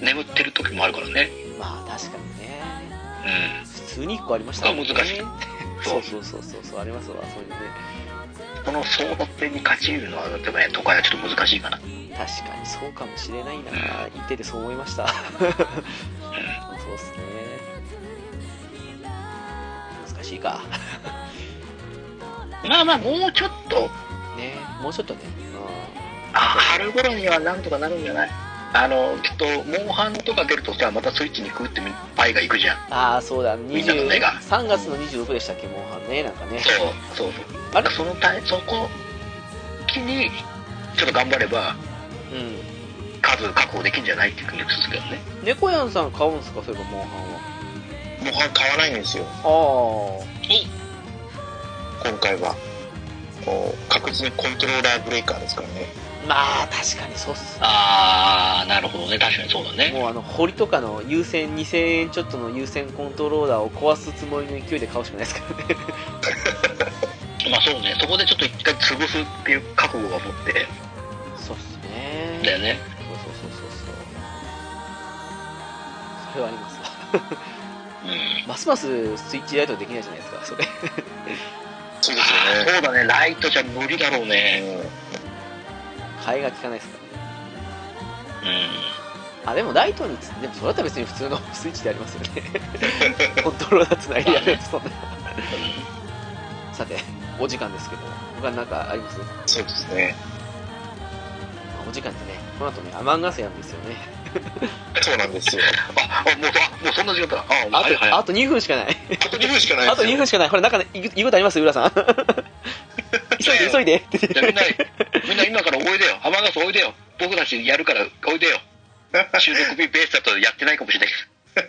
B: 眠ってる時もあるからね。
A: た。まあ、確かにね。
B: う
A: 普通に1個ありましたもんね。
B: あ難しい
A: そうそうそうそうそう、ありますわ、そういうね。
B: ん。この争奪戦に勝ち得るのは、でもね、都会はちょっと難しいかな。
A: 確かにそうかもしれないな言っててそう思いましたそうっすね難しいか
B: まあまあ、もうちょっと、
A: ねもうちょっとね、
B: あ春頃にはなんとかなるんじゃないあの、きっと、モンハンとか出るとさ、またスイッチに食うってパイが行くじゃん。
A: うん、ああそうだ
B: みんなの目
A: 20
B: が
A: 3月の26でしたっけモンハンねなんかね
B: そう、そうそう。あれそのタイそこ、気に、ちょっと頑張れば、
A: うん
B: 数確保できるんじゃないっていう気がするけどね。
A: 猫やんさん買うんすかそういえばモンハ
C: もう買わないんですよ
A: ンは
C: 今回はこう確実にコントローラーブレーカーですからね
A: ああまあ確かにそうっす
B: あー、なるほどね。確かにそうだね。
A: もうあの堀とかの優先2000円ちょっとの優先コントローラーを壊すつもりの勢いで買うしかないですから ね
B: まあそうね。そこでちょっと一回潰すっていう覚悟を持って、
A: そうっすね
B: だよね。
A: そうそうそうそうそうそれはありますわ
B: うん。
A: ますますスイッチライトできないじゃないですかそれ
C: そうで
B: あーそうだね。ライトじゃ無理だろうね。
C: ね、うん
A: 替えが効かないですからね
B: う
A: あでもライトにつでもそれだったら別に普通のスイッチでありますよねコントローラーつないでやるとそんなさてお時間ですけど他に何かあります、ま
C: そうですね
A: あお時間ってねこの後ねアマンガスやるんですよね
C: そうなんですよ
B: あ、あ、もうそ、もうそんな時間だ。あ、
A: あ
B: はいはい。
A: とあと2分しかない
C: あと2分しかないで
A: あ
C: す
A: と
C: よ
A: 2分しかないほら中で言う言うことあります浦 さん 急いで急いでって
B: じゃあみんな、 みんな今からおいでよ。浜ガスおいでよ。僕たちやるからおいで よ。収録日ベースだとやってないかもしれない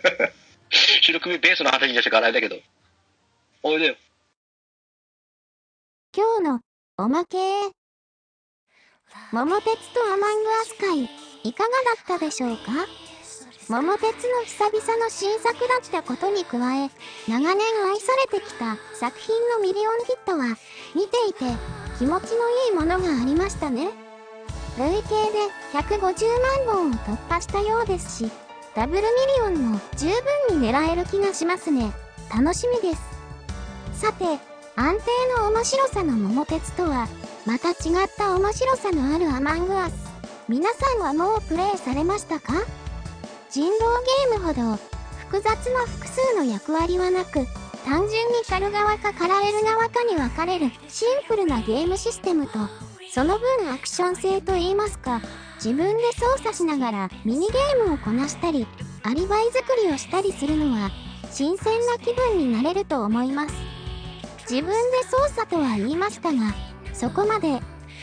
B: けど。収録日ベースの話に出してからあれだけど。おいでよ。
D: 今日のおまけ桃鉄とアマングアス会いかがだったでしょうか桃鉄の久々の新作だったことに加え長年愛されてきた作品のミリオンヒットは見ていて気持ちのいいものがありましたね累計で150万本を突破したようですしダブルミリオンも十分に狙える気がしますね楽しみですさて安定の面白さの桃鉄とはまた違った面白さのあるアマングアス皆さんはもうプレイされましたか人狼ゲームほど複雑な複数の役割はなく単純に狩る側か狩られる側かに分かれるシンプルなゲームシステムとその分アクション性といいますか自分で操作しながらミニゲームをこなしたりアリバイ作りをしたりするのは新鮮な気分になれると思います自分で操作とは言いましたがそこまで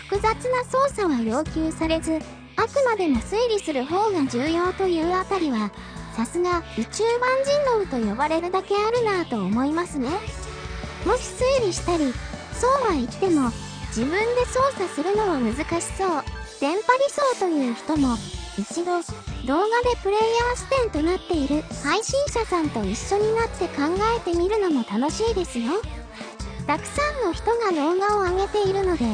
D: 複雑な操作は要求されずあくまでも推理する方が重要というあたりはさすが宇宙万人脳と呼ばれるだけあるなぁと思いますねもし推理したりそうは言っても自分で操作するのは難しそう電波理想という人も一度動画でプレイヤー視点となっている配信者さんと一緒になって考えてみるのも楽しいですよたくさんの人が動画を上げているので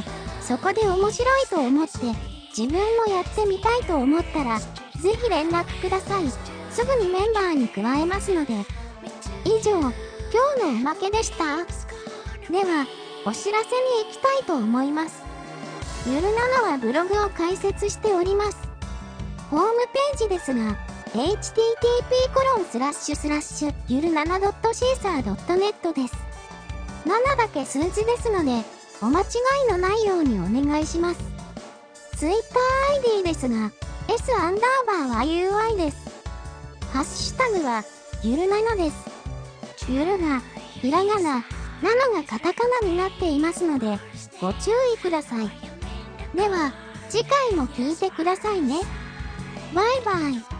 D: そこで面白いと思って自分もやってみたいと思ったらぜひ連絡くださいすぐにメンバーに加えますので以上今日のおまけでしたではお知らせに行きたいと思いますゆるなのはブログを開設しておりますホームページですが http コロンスラッシュスラッシュゆる 7.caesar.net です7だけ数字ですので、お間違いのないようにお願いします。TwitterID ですが、s アンダーバーは UI です。ハッシュタグは、ゆるななです。ゆるが、ひらがな、なのがカタカナになっていますので、ご注意ください。では、次回も聞いてくださいね。バイバイ。